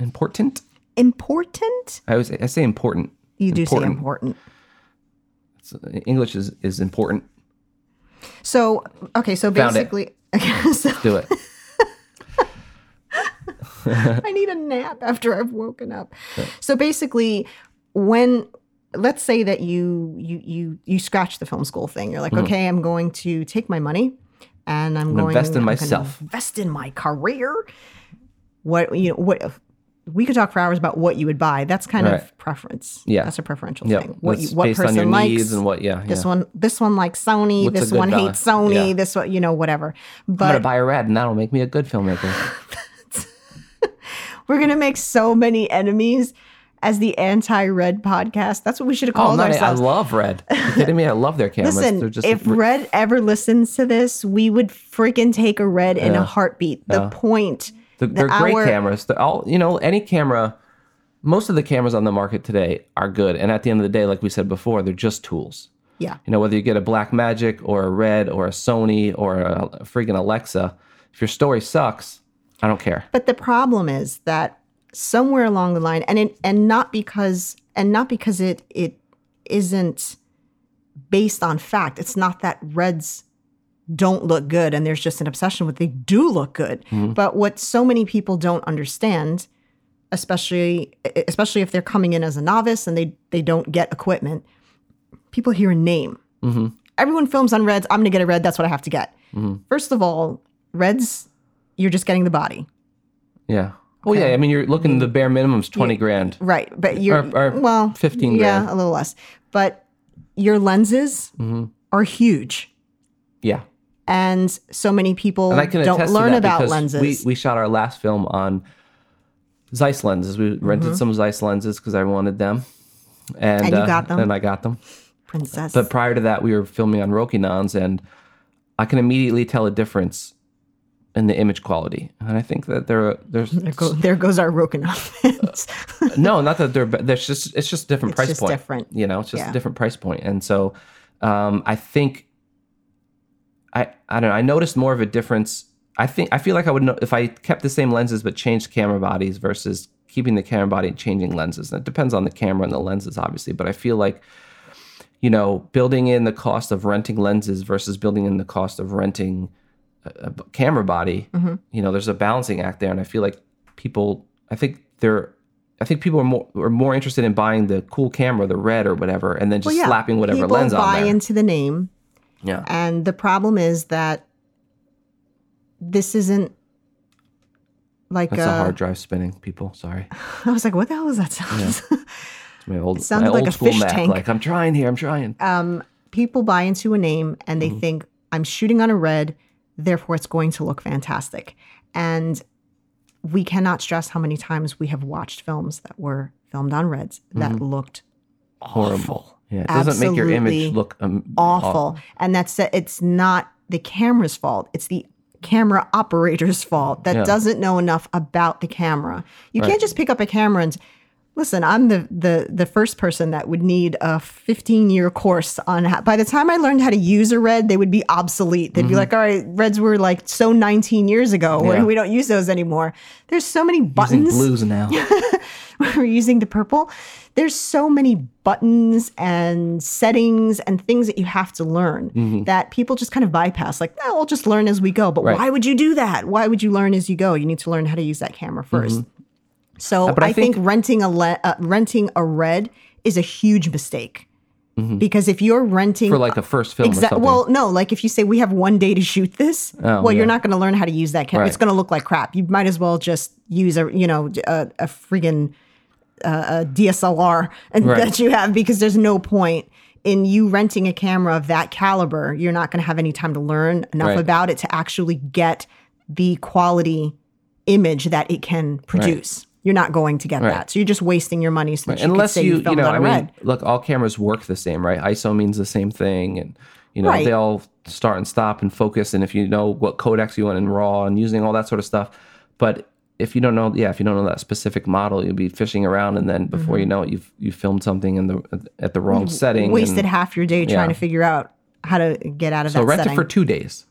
C: Important?
B: Important.
C: I always I say important.
B: You do say important.
C: Important. It's- English is is important.
B: So okay, so
C: Found it.
B: basically, <laughs> okay, so <laughs>
C: Do it.
B: I need a nap after I've woken up. So basically, when let's say that you you you you scratch the film school thing, you're
C: Hmm.
B: like, okay, I'm going to take my money and I'm, going
C: invest in
B: I'm gonna
C: myself.
B: invest in my career. What you know, what we could talk for hours about what you would buy. That's kind of
C: Right.
B: preference.
C: Yeah.
B: that's a preferential
C: Yeah.
B: thing. What
C: That's
B: you, what
C: based
B: person
C: on your
B: likes
C: needs and what yeah. yeah.
B: This one, this one likes Sony.
C: What's a
B: this
C: good
B: one
C: value?
B: hates Sony.
C: Yeah.
B: This one, you know, whatever.
C: I'm
B: But
C: gonna buy a red and that'll make me a good filmmaker.
B: We're gonna make so many enemies as the anti-red podcast. That's what we should have
C: Oh,
B: called
C: not, I
B: ourselves.
C: love red. Are you kidding me? I love their cameras.
B: <laughs>
C: They're
B: Listen,
C: just
B: if
C: re-
B: Red ever listens to this, we would freaking take a red in a heartbeat. The point,
C: They're,
B: the
C: they're great
B: hour-
C: cameras. They're all you know, any camera. Most of the cameras on the market today are good, and at the end of the day, like we said before, they're just tools.
B: yeah,
C: You know, whether you get a Black Magic or a Red or a Sony or a freaking Alexa, if your story sucks, I don't care.
B: But the problem is that somewhere along the line, and it, and not because and not because it it isn't based on fact. It's not that Reds don't look good, and there's just an obsession with they do look good. But what so many people don't understand, especially especially if they're coming in as a novice and they they don't get equipment, people hear a name. Everyone films on Reds. I'm gonna get a Red. That's what I have to get. First of all, Reds, you're just getting the body.
C: Yeah. Well, yeah. I mean, you're looking the bare minimum's twenty grand.
B: Right, but you're
C: or
B: well,
C: 15
B: Yeah,
C: grand. Mm-hmm.
B: a little less. But your lenses are huge,
C: Yeah.
B: and so many people
C: And I can
B: don't
C: attest
B: learn
C: to that
B: about
C: because
B: lenses.
C: We, we shot our last film on Zeiss lenses. We rented some Zeiss lenses because I wanted them, and,
B: Mm-hmm. And you
C: uh,
B: got them?
C: and I got them.
B: Princess,
C: But prior to that, we were filming on Rokinons, and I can immediately tell a difference in the image quality. And I think that there, there's
B: there, go, there goes our broken <laughs> offense.
C: <laughs> no, not that they're. but There's just it's just a different
B: It's
C: price
B: just
C: point.
B: different.
C: You know, it's just
B: Yeah.
C: a different price point. And so, um, I think, I I don't know. I noticed more of a difference. I think I feel like I would know if I kept the same lenses but changed camera bodies versus keeping the camera body and changing lenses. And it depends on the camera and the lenses, obviously. But I feel like, you know, building in the cost of renting lenses versus building in the cost of renting a b- camera body,
B: Mm-hmm.
C: you know, there's a balancing act there, and I feel like people, I think they're, I think people are more are more interested in buying the cool camera, the red or whatever, and then just
B: Well, yeah,
C: slapping whatever
B: people
C: lens
B: buy
C: on there.
B: into the name,
C: yeah,
B: and the problem is that this isn't like
C: that's
B: a-
C: a hard drive spinning. People, sorry,
B: <laughs> I was like, what the hell was that <laughs> sound?
C: it's my old, my
B: sounded like
C: old
B: a
C: school
B: fish
C: Mac.
B: tank.
C: Like I'm trying here, I'm trying.
B: Um, people buy into a name and they think I'm shooting on a red, therefore it's going to look fantastic. And we cannot stress how many times we have watched films that were filmed on reds that looked
C: Horrible. Yeah, it doesn't make your
B: Absolutely
C: image look um,
B: awful. And that's it's not the camera's fault. It's the camera operator's fault that
C: Yeah.
B: doesn't know enough about the camera. You can't just pick up a camera and listen. I'm the the the first person that would need a 15 year course on. How, by the time I learned how to use a red, they would be obsolete. They'd be like, all right, reds were like so 19 years ago,
C: Mm-hmm. Yeah.
B: and we don't use those anymore. There's so many
C: Using
B: buttons <laughs>
C: blues now.
B: we're using the purple. There's so many buttons and settings and things that you have to learn that people just kind of bypass. Like, no, we'll just learn as we go. But
C: Mm-hmm. Right.
B: why would you do that? Why would you learn as you go? You need to learn how to use that camera 1st So
C: Mm-hmm. Uh, but
B: I,
C: I
B: think,
C: think-
B: renting a le- uh, renting a red is a huge mistake. Because if you're renting
C: Mm-hmm. for like a first film or
B: Exactly.
C: something.
B: Well, no, like if you say we have one day to shoot this,
C: Oh,
B: well,
C: yeah.
B: you're not going to learn how to use that camera.
C: Right.
B: It's going to look like crap. You might as well just use a you know a, a friggin' uh, a DSLR and
C: Right.
B: that you have because there's no point in you renting a camera of that caliber. You're not going to have any time to learn enough
C: Right.
B: about it to actually get the quality image that it can produce. You're not going to get that, so you're just wasting your money. So that you
C: unless
B: could say
C: you,
B: you,
C: you
B: filmed
C: know,
B: on
C: I
B: a
C: mean,
B: red.
C: look, all cameras work the same, right? ISO means the same thing, and you know
B: Right.
C: they all start and stop and focus. And if you know what codecs you want in RAW and using all that sort of stuff, but if you don't know, yeah, if you don't know that specific model, you'll be fishing around, and then
B: Mm-hmm.
C: before you know it, you've you filmed something in the at the wrong setting.
B: wasted
C: and-
B: half your day trying
C: Yeah.
B: to figure out how to get out of
C: so
B: that
C: rent
B: setting
C: it for two days.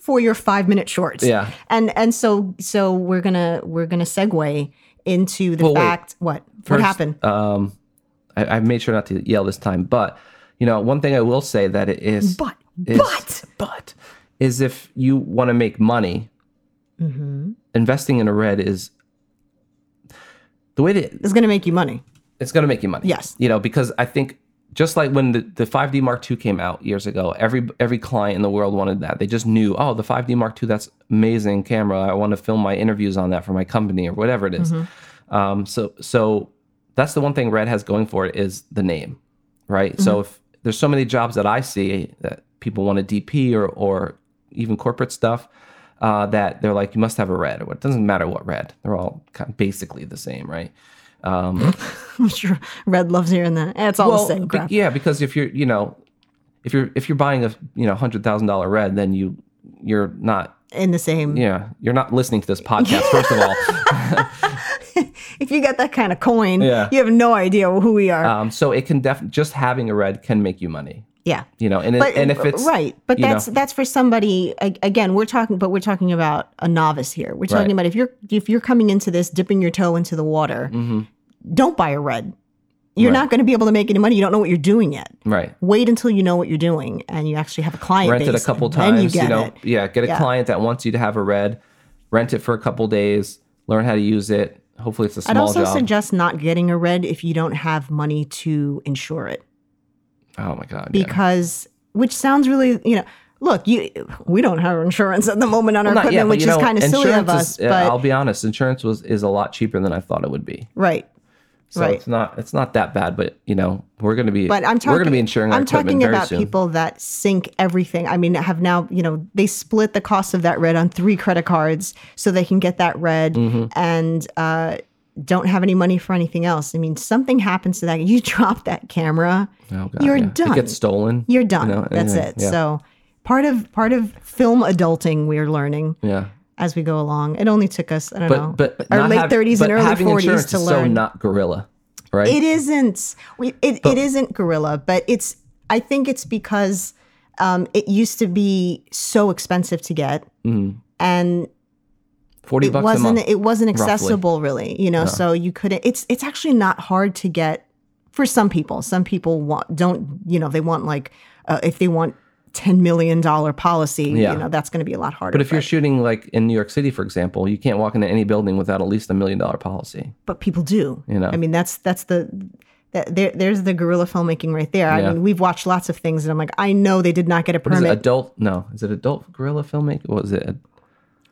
B: for your five minute shorts.
C: Yeah.
B: and and so so we're gonna we're gonna segue into the
C: Well, wait.
B: fact what what
C: First,
B: happened.
C: Um, I, I made sure not to yell this time, but you know, one thing I will say that it is,
B: But-
C: is-
B: but-
C: but is if you want to make money,
B: Mm-hmm.
C: investing in a red is the way that
B: it's gonna make you money. <laughs>
C: it's going to make you money.
B: Yes.
C: You know, because I think just like when the, the 5D Mark II came out years ago, every every client in the world wanted that. They just knew, oh, the 5D Mark II, that's amazing camera. I want to film my interviews on that for my company or whatever it is. Um, so so that's the one thing Red has going for it is the name, right? So if there's so many jobs that I see that people want a DP or or even corporate stuff uh, that they're like, you must have a Red. Or it doesn't matter what Red. They're all kind of basically the same, right?
B: I'm sure Red loves hearing that. Eh, It's all the same
C: be-
B: crap.
C: yeah, because if you're, you know, if you're if you're buying a you know hundred thousand dollar red, then you you're not
B: In the same.
C: yeah you're not listening to this
B: <laughs>
C: podcast first of all.
B: If you got that kind of coin,
C: Yeah.
B: you have no idea who we are.
C: Um, so it can def just having a red can make you money,
B: yeah.
C: you know, and it- and if it's
B: right, but
C: you know,
B: that's that's for somebody. a- Again, we're talking, but we're talking about a novice here. We're talking
C: Right.
B: about if you're if you're coming into this, dipping your toe into the water, don't buy a red. You're
C: Mm-hmm. Right.
B: not going to be able to make any money. You don't know what you're doing yet.
C: right.
B: Wait until you know what you're doing and you actually have a client.
C: Rent it a
B: base,
C: couple
B: then
C: times,
B: you get
C: you, know,
B: it.
C: yeah, get a
B: Yeah.
C: client that wants you to have a red, rent it for a couple days, learn how to use it. Hopefully, it's a
B: I'd
C: small
B: also
C: job.
B: suggest not getting a red if you don't have money to insure it.
C: oh my god, yeah.
B: because which sounds really you know look you we don't have insurance at the moment on our
C: Not
B: equipment
C: yet, but,
B: which
C: you
B: is
C: know,
B: kind of silly of
C: insurance
B: us
C: is- yeah,
B: but
C: I'll be honest, insurance was is a lot cheaper than I thought it would be.
B: right
C: So
B: Right.
C: it's not it's not that bad, but you know we're gonna be
B: but i'm talking
C: we're gonna be insuring our
B: i'm
C: equipment
B: talking
C: very
B: about
C: soon.
B: people that sink everything i mean have now you know they split the cost of that red on three credit cards so they can get that red
C: Mm-hmm.
B: and uh don't have any money for anything else. I mean, something happens to that. You <laughs> drop that camera,
C: Oh, God,
B: you're
C: yeah.
B: done.
C: It gets stolen.
B: you're done.
C: know,
B: That's
C: anything,
B: it.
C: yeah.
B: So, part of part of film adulting we're learning
C: yeah.
B: as we go along. It only took us, I don't know,
C: But but
B: our
C: not
B: late
C: have-
B: 30s and
C: but
B: early
C: having
B: 40s
C: insurance
B: to
C: is
B: learn.
C: So not gorilla, right?
B: it isn't. We, it, it isn't gorilla, but it's. I think it's because um, it used to be so expensive to get, and
C: Forty
B: it
C: Mm-hmm. bucks a
B: wasn't.
C: month.
B: It wasn't accessible, really. You know, so you couldn't. It's it's actually not hard to get for some people. Some people want don't. You know, they want like uh, if they want. Ten million dollar policy,
C: Yeah.
B: you know that's going to be a lot harder.
C: but if you're shooting like in New York City, for example, you can't walk into any building without at least a million dollar policy.
B: but people do.
C: You know.
B: I mean, that's that's the that there there's the guerrilla filmmaking right there. I
C: Yeah.
B: mean, we've watched lots of things, and I'm like, I know they did not get a
C: Is it
B: permit.
C: adult? No, is it adult gorilla filmmaking? What is it? A-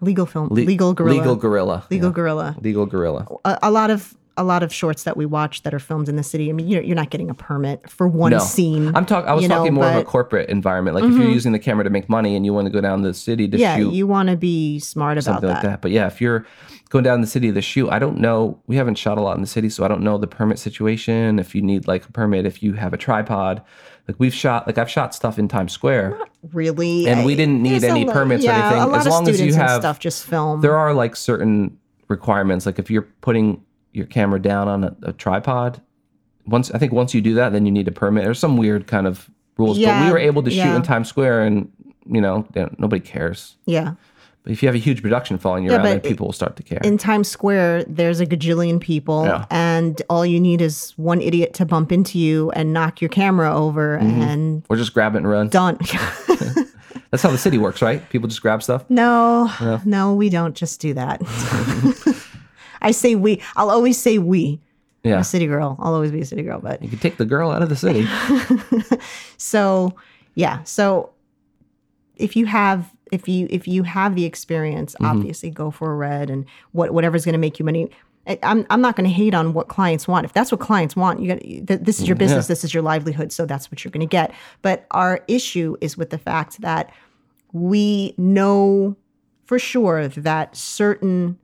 B: legal film,
C: le-
B: legal guerrilla,
C: Legal gorilla.
B: legal
C: yeah.
B: guerrilla.
C: Legal gorilla.
B: A, a lot of a lot of shorts that we watch that are filmed in the city. I mean, you're you're not getting a permit for one
C: No.
B: scene.
C: I'm talking. I was
B: you know,
C: talking more of a
B: but- Mm-hmm.
C: corporate environment. Like if you're using the camera to make money and you want to go down to the city to
B: Yeah,
C: shoot
B: you want to be smart about
C: something
B: that.
C: like that. But yeah, if you're going down the city to shoot, I don't know. We haven't shot a lot in the city, so I don't know the permit situation. If you need like a permit, if you have a tripod, like we've shot, like I've shot stuff in Times Square.
B: Really,
C: And we
B: I-
C: didn't need
B: there's a
C: any
B: lo-
C: permits or
B: yeah,
C: anything,
B: A lot
C: as
B: of
C: long as you
B: students and
C: have-
B: stuff just film.
C: There are like certain requirements. Like if you're putting your camera down on a, a tripod, once I think once you do that, then you need a permit or some weird kind of rules. but
B: Yeah,
C: we were able to shoot
B: yeah.
C: in Times Square, and you know, they don't- nobody cares.
B: yeah,
C: But if you have a huge production following you
B: Yeah,
C: around, then
B: but
C: people will start to care.
B: in Times Square, there's a gajillion people,
C: Yeah.
B: and all you need is one idiot to bump into you and knock your camera over,
C: Mm-hmm.
B: and
C: or just grab it and run.
B: done. <laughs>
C: That's how the city works, right? People just grab stuff.
B: no, <laughs> no, we don't just do that. I say we. I'll always say we.
C: Yeah.
B: I'm a city girl. I'll always be a city girl. But
C: You can take the girl out of the city.
B: so yeah so if you have if you if you have the experience obviously go for a red and what whatever's going to make you money I- I'm, I'm not going to hate on what clients want. If that's what clients want, you got th- this is your business, this is your livelihood, so that's what you're going to get. But our issue is with the fact that we know for sure that certain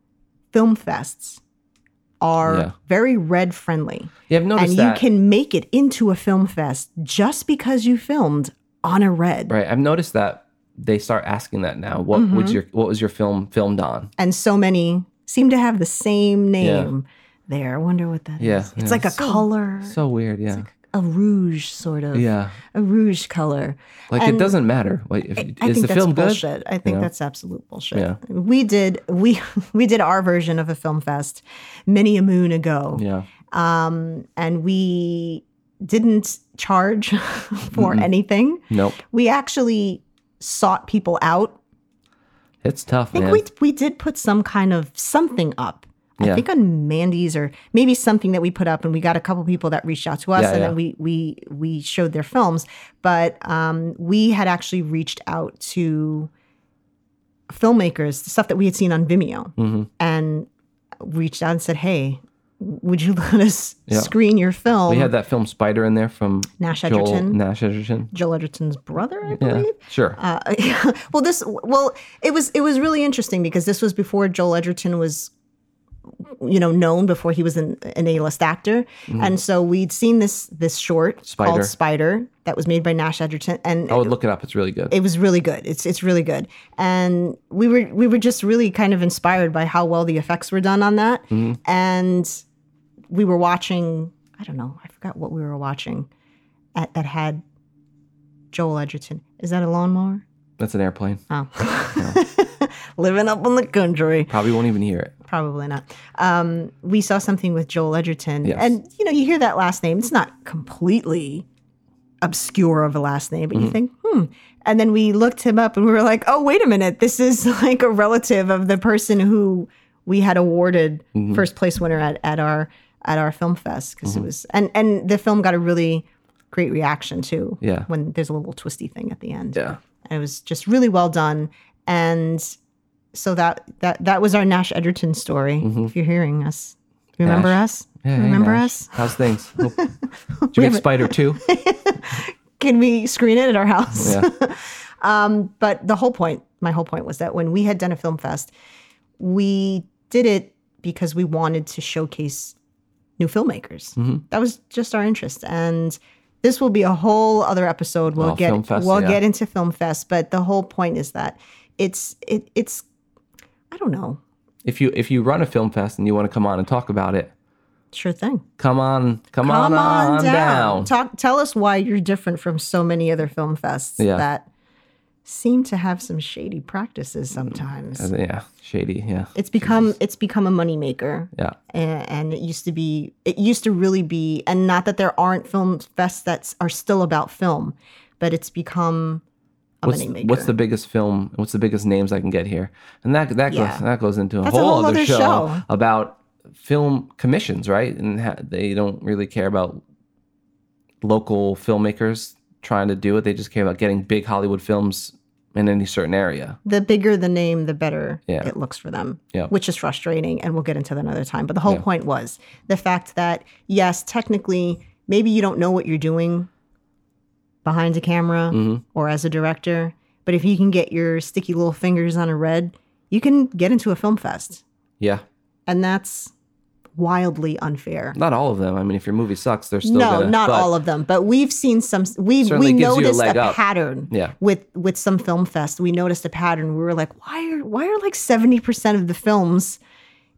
B: film fests are
C: Yeah.
B: very red friendly
C: Yeah, I've noticed
B: and
C: that.
B: you can make it into a film fest just because you filmed on a red.
C: Right. I've noticed that they start asking that now. What
B: Mm-hmm.
C: was your what was your film filmed on?
B: And so many seem to have the same name there. I wonder what that is.
C: Yeah,
B: It's
C: yeah.
B: like a color,
C: So weird, yeah.
B: a rouge sort of.
C: yeah.
B: A rouge color.
C: Like it doesn't matter. Like if,
B: I
C: is
B: think
C: the
B: that's
C: film good?
B: bullshit. I think
C: know?
B: that's absolute bullshit.
C: Yeah.
B: We did we <laughs> we did our version of a film fest many a moon ago.
C: Yeah.
B: Um and we didn't charge <laughs> for anything.
C: Nope.
B: We actually sought people out.
C: It's tough,
B: I think
C: man.
B: we we did put some kind of something up. I
C: Yeah.
B: think on Mandy's or maybe something that we put up, and we got a couple people that reached out to us,
C: Yeah,
B: and
C: yeah.
B: then we we we showed their films. But um, we had actually reached out to filmmakers, the stuff that we had seen on Vimeo,
C: Mm-hmm.
B: and reached out and said, "Hey, would you <laughs> let us
C: Yeah.
B: screen your film?"
C: We had that film Spider in there from
B: Nash
C: Joel-
B: Edgerton.
C: Nash Edgerton.
B: Joel Edgerton's brother, I
C: Yeah.
B: believe.
C: Sure.
B: Uh, <laughs> well, this well, it was it was really interesting because this was before Joel Edgerton was, you know, known before he was an, an A-list actor, and so we'd seen this this short
C: Spider. Oh.
B: called Spider that was made by Nash Edgerton, and
C: I would look it up. It's really good.
B: it was really good. It's it's really good, and we were we were just really kind of inspired by how well the effects were done on that, and we were watching. I don't know. I forgot what we were watching, at, that had Joel Edgerton. Is that a lawnmower?
C: That's an airplane.
B: Oh. <laughs> Living up in the country.
C: Probably won't even hear it.
B: Probably not. Um, we saw something with Joel Edgerton.
C: Yes.
B: And, you know, you hear that last name. It's not completely obscure of a last name, but you think, hmm. And then we looked him up and we were like, oh, wait a minute. This is <laughs> like a relative of the person who we had awarded first place winner at, at our at our film fest because it was and and the film got a really great reaction too
C: Yeah.
B: when there's a little twisty thing at the end
C: Yeah.
B: and it was just really well done and so that that that was our nash edgerton story if you're hearing us remember us
C: Mm-hmm. Yeah, hey,
B: remember
C: Nash.
B: us <laughs>
C: How's things? Hope- Did you make Spider too?
B: can we screen it at our house
C: Yeah.
B: but the whole point my whole point was that when we had done a film fest we did it because we wanted to showcase new filmmakers
C: Mm-hmm.
B: that was just our interest and this will be a whole other episode we'll
C: Oh,
B: get
C: Film Fest,
B: we'll
C: yeah.
B: get into film fest but the whole point is that it's it, it's i don't know
C: If you if you run a film fest and you want to come on and talk about it,
B: sure thing
C: come on, come,
B: Come on, down.
C: down.
B: Talk, tell us why you're different from so many other film fests
C: Yeah.
B: that seem to have some shady practices sometimes.
C: Yeah, shady. Yeah,
B: It's become it's become a moneymaker.
C: yeah.
B: A- And it used to be, it used to really be, and not that there aren't film fests that are still about film, but it's become a
C: What's,
B: moneymaker.
C: what's the biggest film? What's the biggest names I can get here? And that that
B: Yeah.
C: goes that goes into a
B: That's
C: whole, other, show, about film commissions, right? And ha- they don't really care about local filmmakers trying to do it. They just care about getting big Hollywood films in any certain area.
B: the bigger the name, the better
C: Yeah.
B: it looks for them,
C: Yeah.
B: which is frustrating. And we'll get into that another time. But the whole point was the fact that, yes, technically, maybe you don't know what you're doing behind a camera
C: Mm. Mm-hmm.
B: or as a director, but if you can get your sticky little fingers on a red, you can get into a film fest.
C: Yeah,
B: And that's wildly unfair.
C: not all of them. I mean, if your movie sucks, they're still
B: No,
C: gonna-
B: not
C: but-
B: all of them, but we've seen some. We've
C: Certainly
B: we
C: gives you a
B: noticed
C: leg
B: a,
C: up.
B: pattern.
C: Yeah.
B: With with some film fest, we noticed a pattern. We were like, why are why are like seventy percent of the films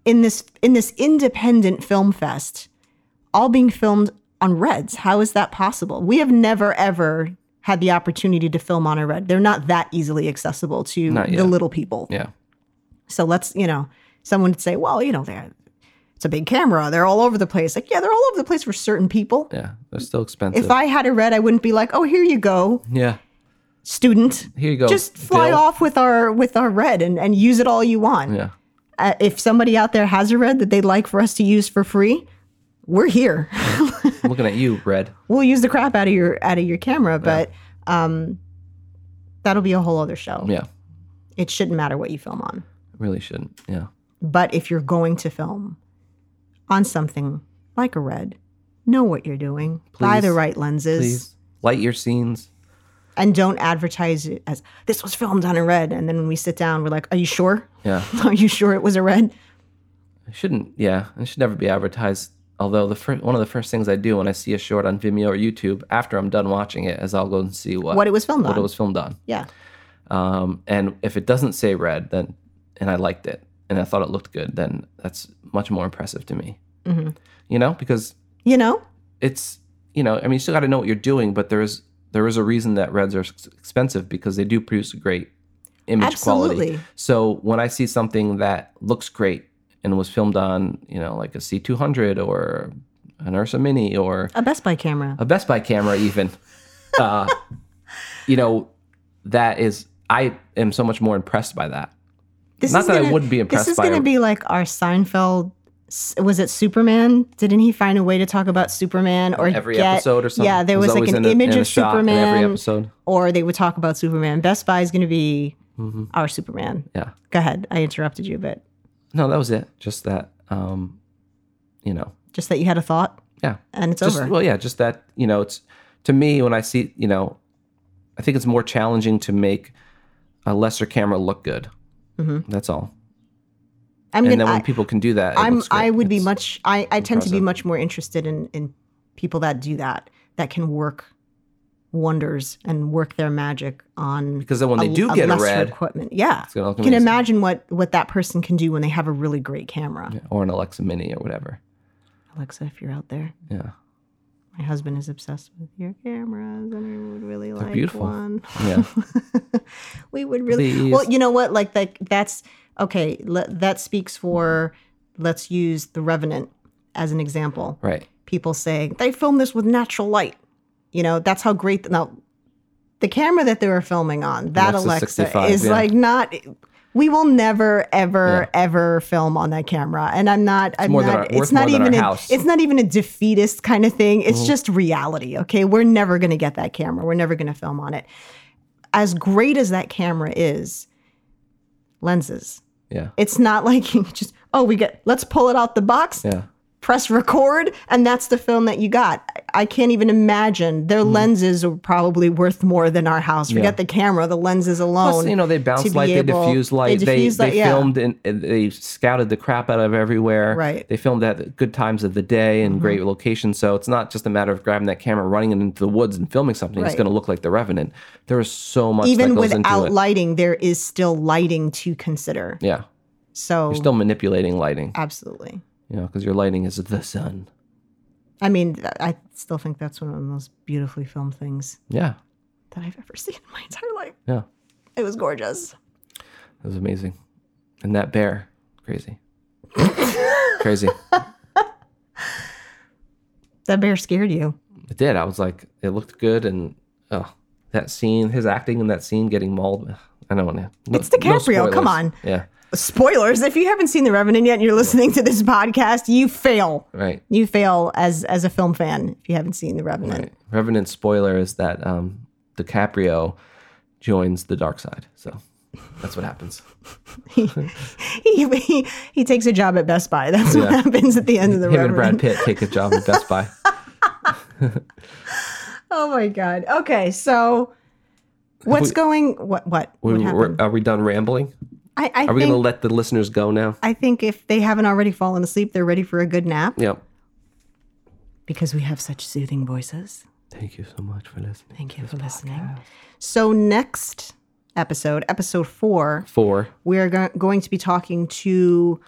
B: in this in this independent film fest all being filmed on reds? How is that possible? We have never ever had the opportunity to film on a red. They're not that easily accessible to
C: Not
B: the
C: yet.
B: little people.
C: Yeah,
B: So let's, you know, someone would say, well, you know, they're it's a big camera. They're all over the place. Like, yeah, they're all over the place for certain people.
C: yeah, they're still expensive.
B: If I had a red, I wouldn't be like, "Oh, here you go,
C: yeah,
B: student.
C: Here you go,
B: Just fly
C: Bill."
B: off with our with our red and and use it all you want."
C: yeah.
B: Uh, if somebody out there has a red that they'd like for us to use for free, we're here. <laughs>
C: I'm looking at you, Red.
B: we'll use the crap out of your out of your camera, but um, that'll be a whole other show.
C: Yeah,
B: It shouldn't matter what you film on,
C: really shouldn't. Yeah,
B: but if you're going to film on something like a red, know what you're doing. Buy the
C: Please.
B: right lenses.
C: please light your scenes.
B: and don't advertise it as this was filmed on a red. And then when we sit down, we're like, "Are you sure? <laughs>
C: Yeah,
B: Are you sure it was a red?"
C: it shouldn't. Yeah, it should never be advertised. Although the first, one of the first things I do when I see a short on Vimeo or YouTube after I'm done watching it is I'll go and see what
B: What it was filmed
C: what
B: on.
C: it was filmed on.
B: yeah,
C: Um, and if it doesn't say red, then and I liked it and I thought it looked good, then that's much more impressive to me.
B: Mm-hmm.
C: You know, because
B: you know,
C: it's you know, I mean, you still got to know what you're doing, but there is there is a reason that reds are s- expensive because they do produce a great image quality.
B: Absolutely.
C: So when I see something that looks great and was filmed on, you know, like a C200 or an Ursa Mini or
B: a Best Buy camera.
C: a Best Buy camera, even. <laughs> uh, you know, that is, I am so much more impressed by that.
B: This
C: Not
B: is
C: that I
B: gonna-
C: would be impressed
B: This is
C: by
B: going to
C: a-
B: be like our Seinfeld. s- Was it Superman? Didn't he find a way to talk about Superman or
C: Every
B: get-
C: episode or something.
B: Yeah, there
C: It
B: was, like
C: always
B: an
C: in a-
B: image
C: in a
B: of
C: shot in every
B: Superman,
C: episode.
B: or they would talk about Superman. Best Buy is going to be
C: Mm-hmm.
B: our Superman.
C: Yeah.
B: Go ahead, I interrupted you, but
C: No, that was it. Just that, um, you know,
B: just that you had a thought
C: yeah.
B: and it's
C: just,
B: over.
C: Well, yeah, just that, you know, it's to me when I see, you know, I think it's more challenging to make a lesser camera look good. That's all.
B: I'm
C: And
B: gonna.
C: then when
B: Mm-hmm. I-
C: people can do that, it
B: I'm
C: looks great.
B: I would be
C: It's-
B: much I, I tend to be
C: impressive.
B: much more interested in in people that do that that can work wonders and work their magic on
C: because then when they
B: a-
C: do
B: a
C: get a
B: lesser
C: red
B: equipment. Yeah.
C: gonna look
B: You can
C: amazing.
B: imagine what what that person can do when they have a really great camera.
C: or an Alexa Mini or whatever.
B: Alexa, if you're out there,
C: Yeah.
B: my husband is obsessed with your cameras and we would really like
C: beautiful.
B: one. <laughs>
C: Yeah. <laughs>
B: we would really well you know what like like that's okay le- that speaks for let's use the revenant as an example
C: right.
B: people saying they filmed this with natural light. You know, that's how great. Now, the camera that they were filming on, that
C: Alexa
B: Alexa
C: 65,
B: is
C: yeah.
B: like not. We will never, ever, ever film on that camera, and I'm not. I'm
C: more than
B: not.
C: our- worth
B: it's not
C: more than
B: even.
C: our
B: a-
C: house. Mm-hmm.
B: it's not even a defeatist kind of thing. It's just reality. Okay, we're never going to get that camera. We're never going to film on it. As great as that camera is, lenses.
C: Yeah.
B: It's not <laughs> like you just oh we get let's pull it out the box
C: Yeah.
B: press record and that's the film that you got I- i can't even imagine their
C: Mm-hmm.
B: lenses are probably worth more than our house forget the camera the lenses alone
C: Plus, you know, they bounce
B: be
C: light, they
B: able-
C: diffuse
B: they
C: light, they,
B: diffuse
C: they
B: light, yeah.
C: filmed and, and they scouted the crap out of everywhere.
B: Right. Mm-hmm.
C: They filmed at good times of the day and great locations. So it's not just a matter of grabbing that camera, running it into the woods and filming something. It's
B: Right.
C: going to look like The Revenant. There is so much
B: even
C: that goes into
B: without
C: it.
B: lighting there is still lighting to consider
C: yeah.
B: so
C: You're still manipulating lighting,
B: absolutely
C: you know, because your lighting is the sun.
B: i mean th- i still think that's one of the most beautifully filmed things
C: Yeah.
B: that i've ever seen in my entire life
C: Yeah.
B: it was gorgeous
C: It was amazing. And that bear,
B: <laughs>
C: crazy. crazy.
B: that bear scared you
C: It did. I was like, it looked good, and oh, that scene, his acting in that scene, getting mauled. ugh, I don't want to. No,
B: It's DiCaprio,
C: no
B: come
C: spoilers.
B: on.
C: Yeah.
B: spoilers if you haven't seen the revenant yet and you're listening to this podcast you fail
C: Right.
B: you fail as as a film fan if you haven't seen The Revenant.
C: Right. Revenant spoiler is that um, DiCaprio joins the dark side. So that's what happens.
B: He, he he takes a job at Best Buy. That's what
C: Yeah.
B: happens at the end of The
C: Him and
B: Revenant.
C: Brad Pitt take a job at Best Buy.
B: Oh my god. Okay, so what's
C: We-
B: going what <laughs> what
C: We,
B: what
C: we're,
B: happened?
C: are we done rambling?
B: I, I
C: Are we
B: think
C: going to let the listeners go now?
B: I think if they haven't already fallen asleep, they're ready for a good nap
C: Yep.
B: because we have such soothing voices.
C: Thank you so much for listening.
B: Thank you for listening. So next episode, episode 4,
C: Four.
B: we are go- going to be talking to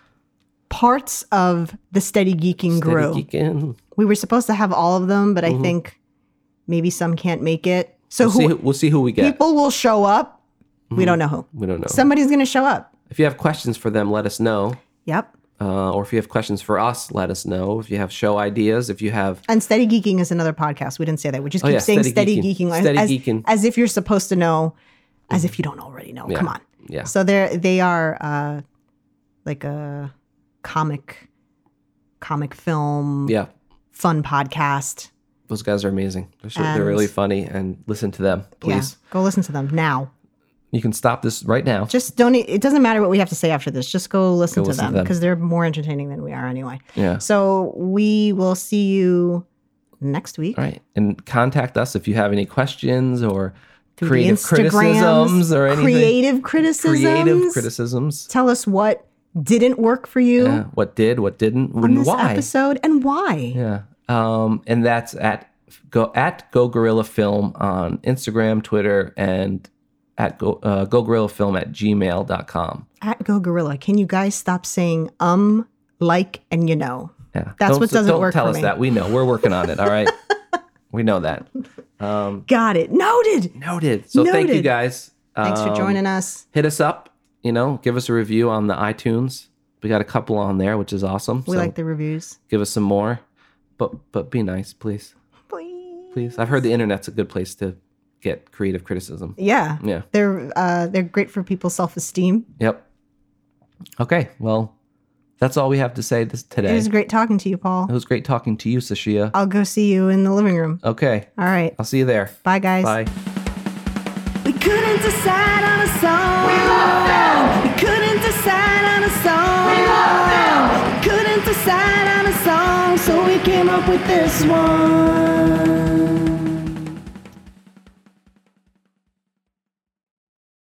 B: parts of the steady geeking grew.
C: Daddy Geekin.
B: We were supposed to have all of them, but I think maybe some can't make it. So
C: Mm-hmm. We'll see,
B: who,
C: who, Mm-hmm. we'll see who we
B: <laughs>
C: get.
B: people will show up. We don't know who.
C: We don't know.
B: Somebody's going to show up.
C: if you have questions for them, let us know.
B: Yep.
C: Uh, or if you have questions for us, let us know. If you have show ideas, if you have
B: And Steady Geeking is another podcast. We did't say that. We just keep
C: Oh, yeah,
B: saying Steady
C: Steady
B: Geeking,
C: Geeking.
B: as-
C: Steady
B: as,
C: Geeking. Mm-hmm.
B: as if you're supposed to know, as if you don't already know. Come on.
C: yeah,
B: So they're they are uh, like a comic, comic film
C: yeah,
B: fun podcast.
C: Those guys are amazing. They're, so, they're
B: And-
C: really funny, and listen to them, please.
B: Yeah, go listen to them now.
C: You can stop this right now.
B: Just don't. e- It doesn't matter what we have to say after this. Just go listen,
C: Go
B: to,
C: listen to
B: them
C: them.
B: because they're more entertaining than we are anyway.
C: yeah.
B: So we will see you next week.
C: All right. And contact us if you have any questions or
B: through the
C: creative
B: Instagrams,
C: criticisms or anything.
B: Creative criticisms.
C: Creative criticisms.
B: Tell us what didn't work for you
C: Yeah. What did, what didn't,
B: on
C: and
B: this
C: why.
B: episode and why.
C: Yeah. Um, and that's at go at Go Gorilla Film on Instagram, Twitter, and at Go, uh, go Gorilla Film at gmail.com.
B: At Go Gorilla, can you guys stop saying um, like, and you know?
C: Yeah.
B: That's
C: Don't-
B: what doesn't
C: don't
B: work
C: Tell
B: for
C: us
B: me.
C: that. We know. We're working on it. All
B: <laughs>
C: right. we know that. Um,
B: Got it. Noted.
C: noted. So thank you
B: Noted.
C: guys.
B: Thanks for
C: Um,
B: joining us.
C: Hit us up. You know, give us a review on the iTunes. We got a couple on there, which is awesome.
B: We
C: so
B: like the reviews.
C: give us some more. But but be nice, please.
B: Please.
C: Please. I've heard the internet's a good place to get creative criticism.
B: Yeah.
C: Yeah.
B: They're uh, they're great for people's self esteem.
C: Yep. Okay. Well, that's all we have to say this today.
B: It was great talking to you, Paul.
C: it was great talking to you, Sashia.
B: I'll go see you in the living room.
C: Okay.
B: All right.
C: I'll see you there.
B: Bye, guys.
C: Bye.
A: We couldn't decide on a song. We love them. We couldn't decide on a song. We love them. We couldn't decide on a song, so we came up with this one.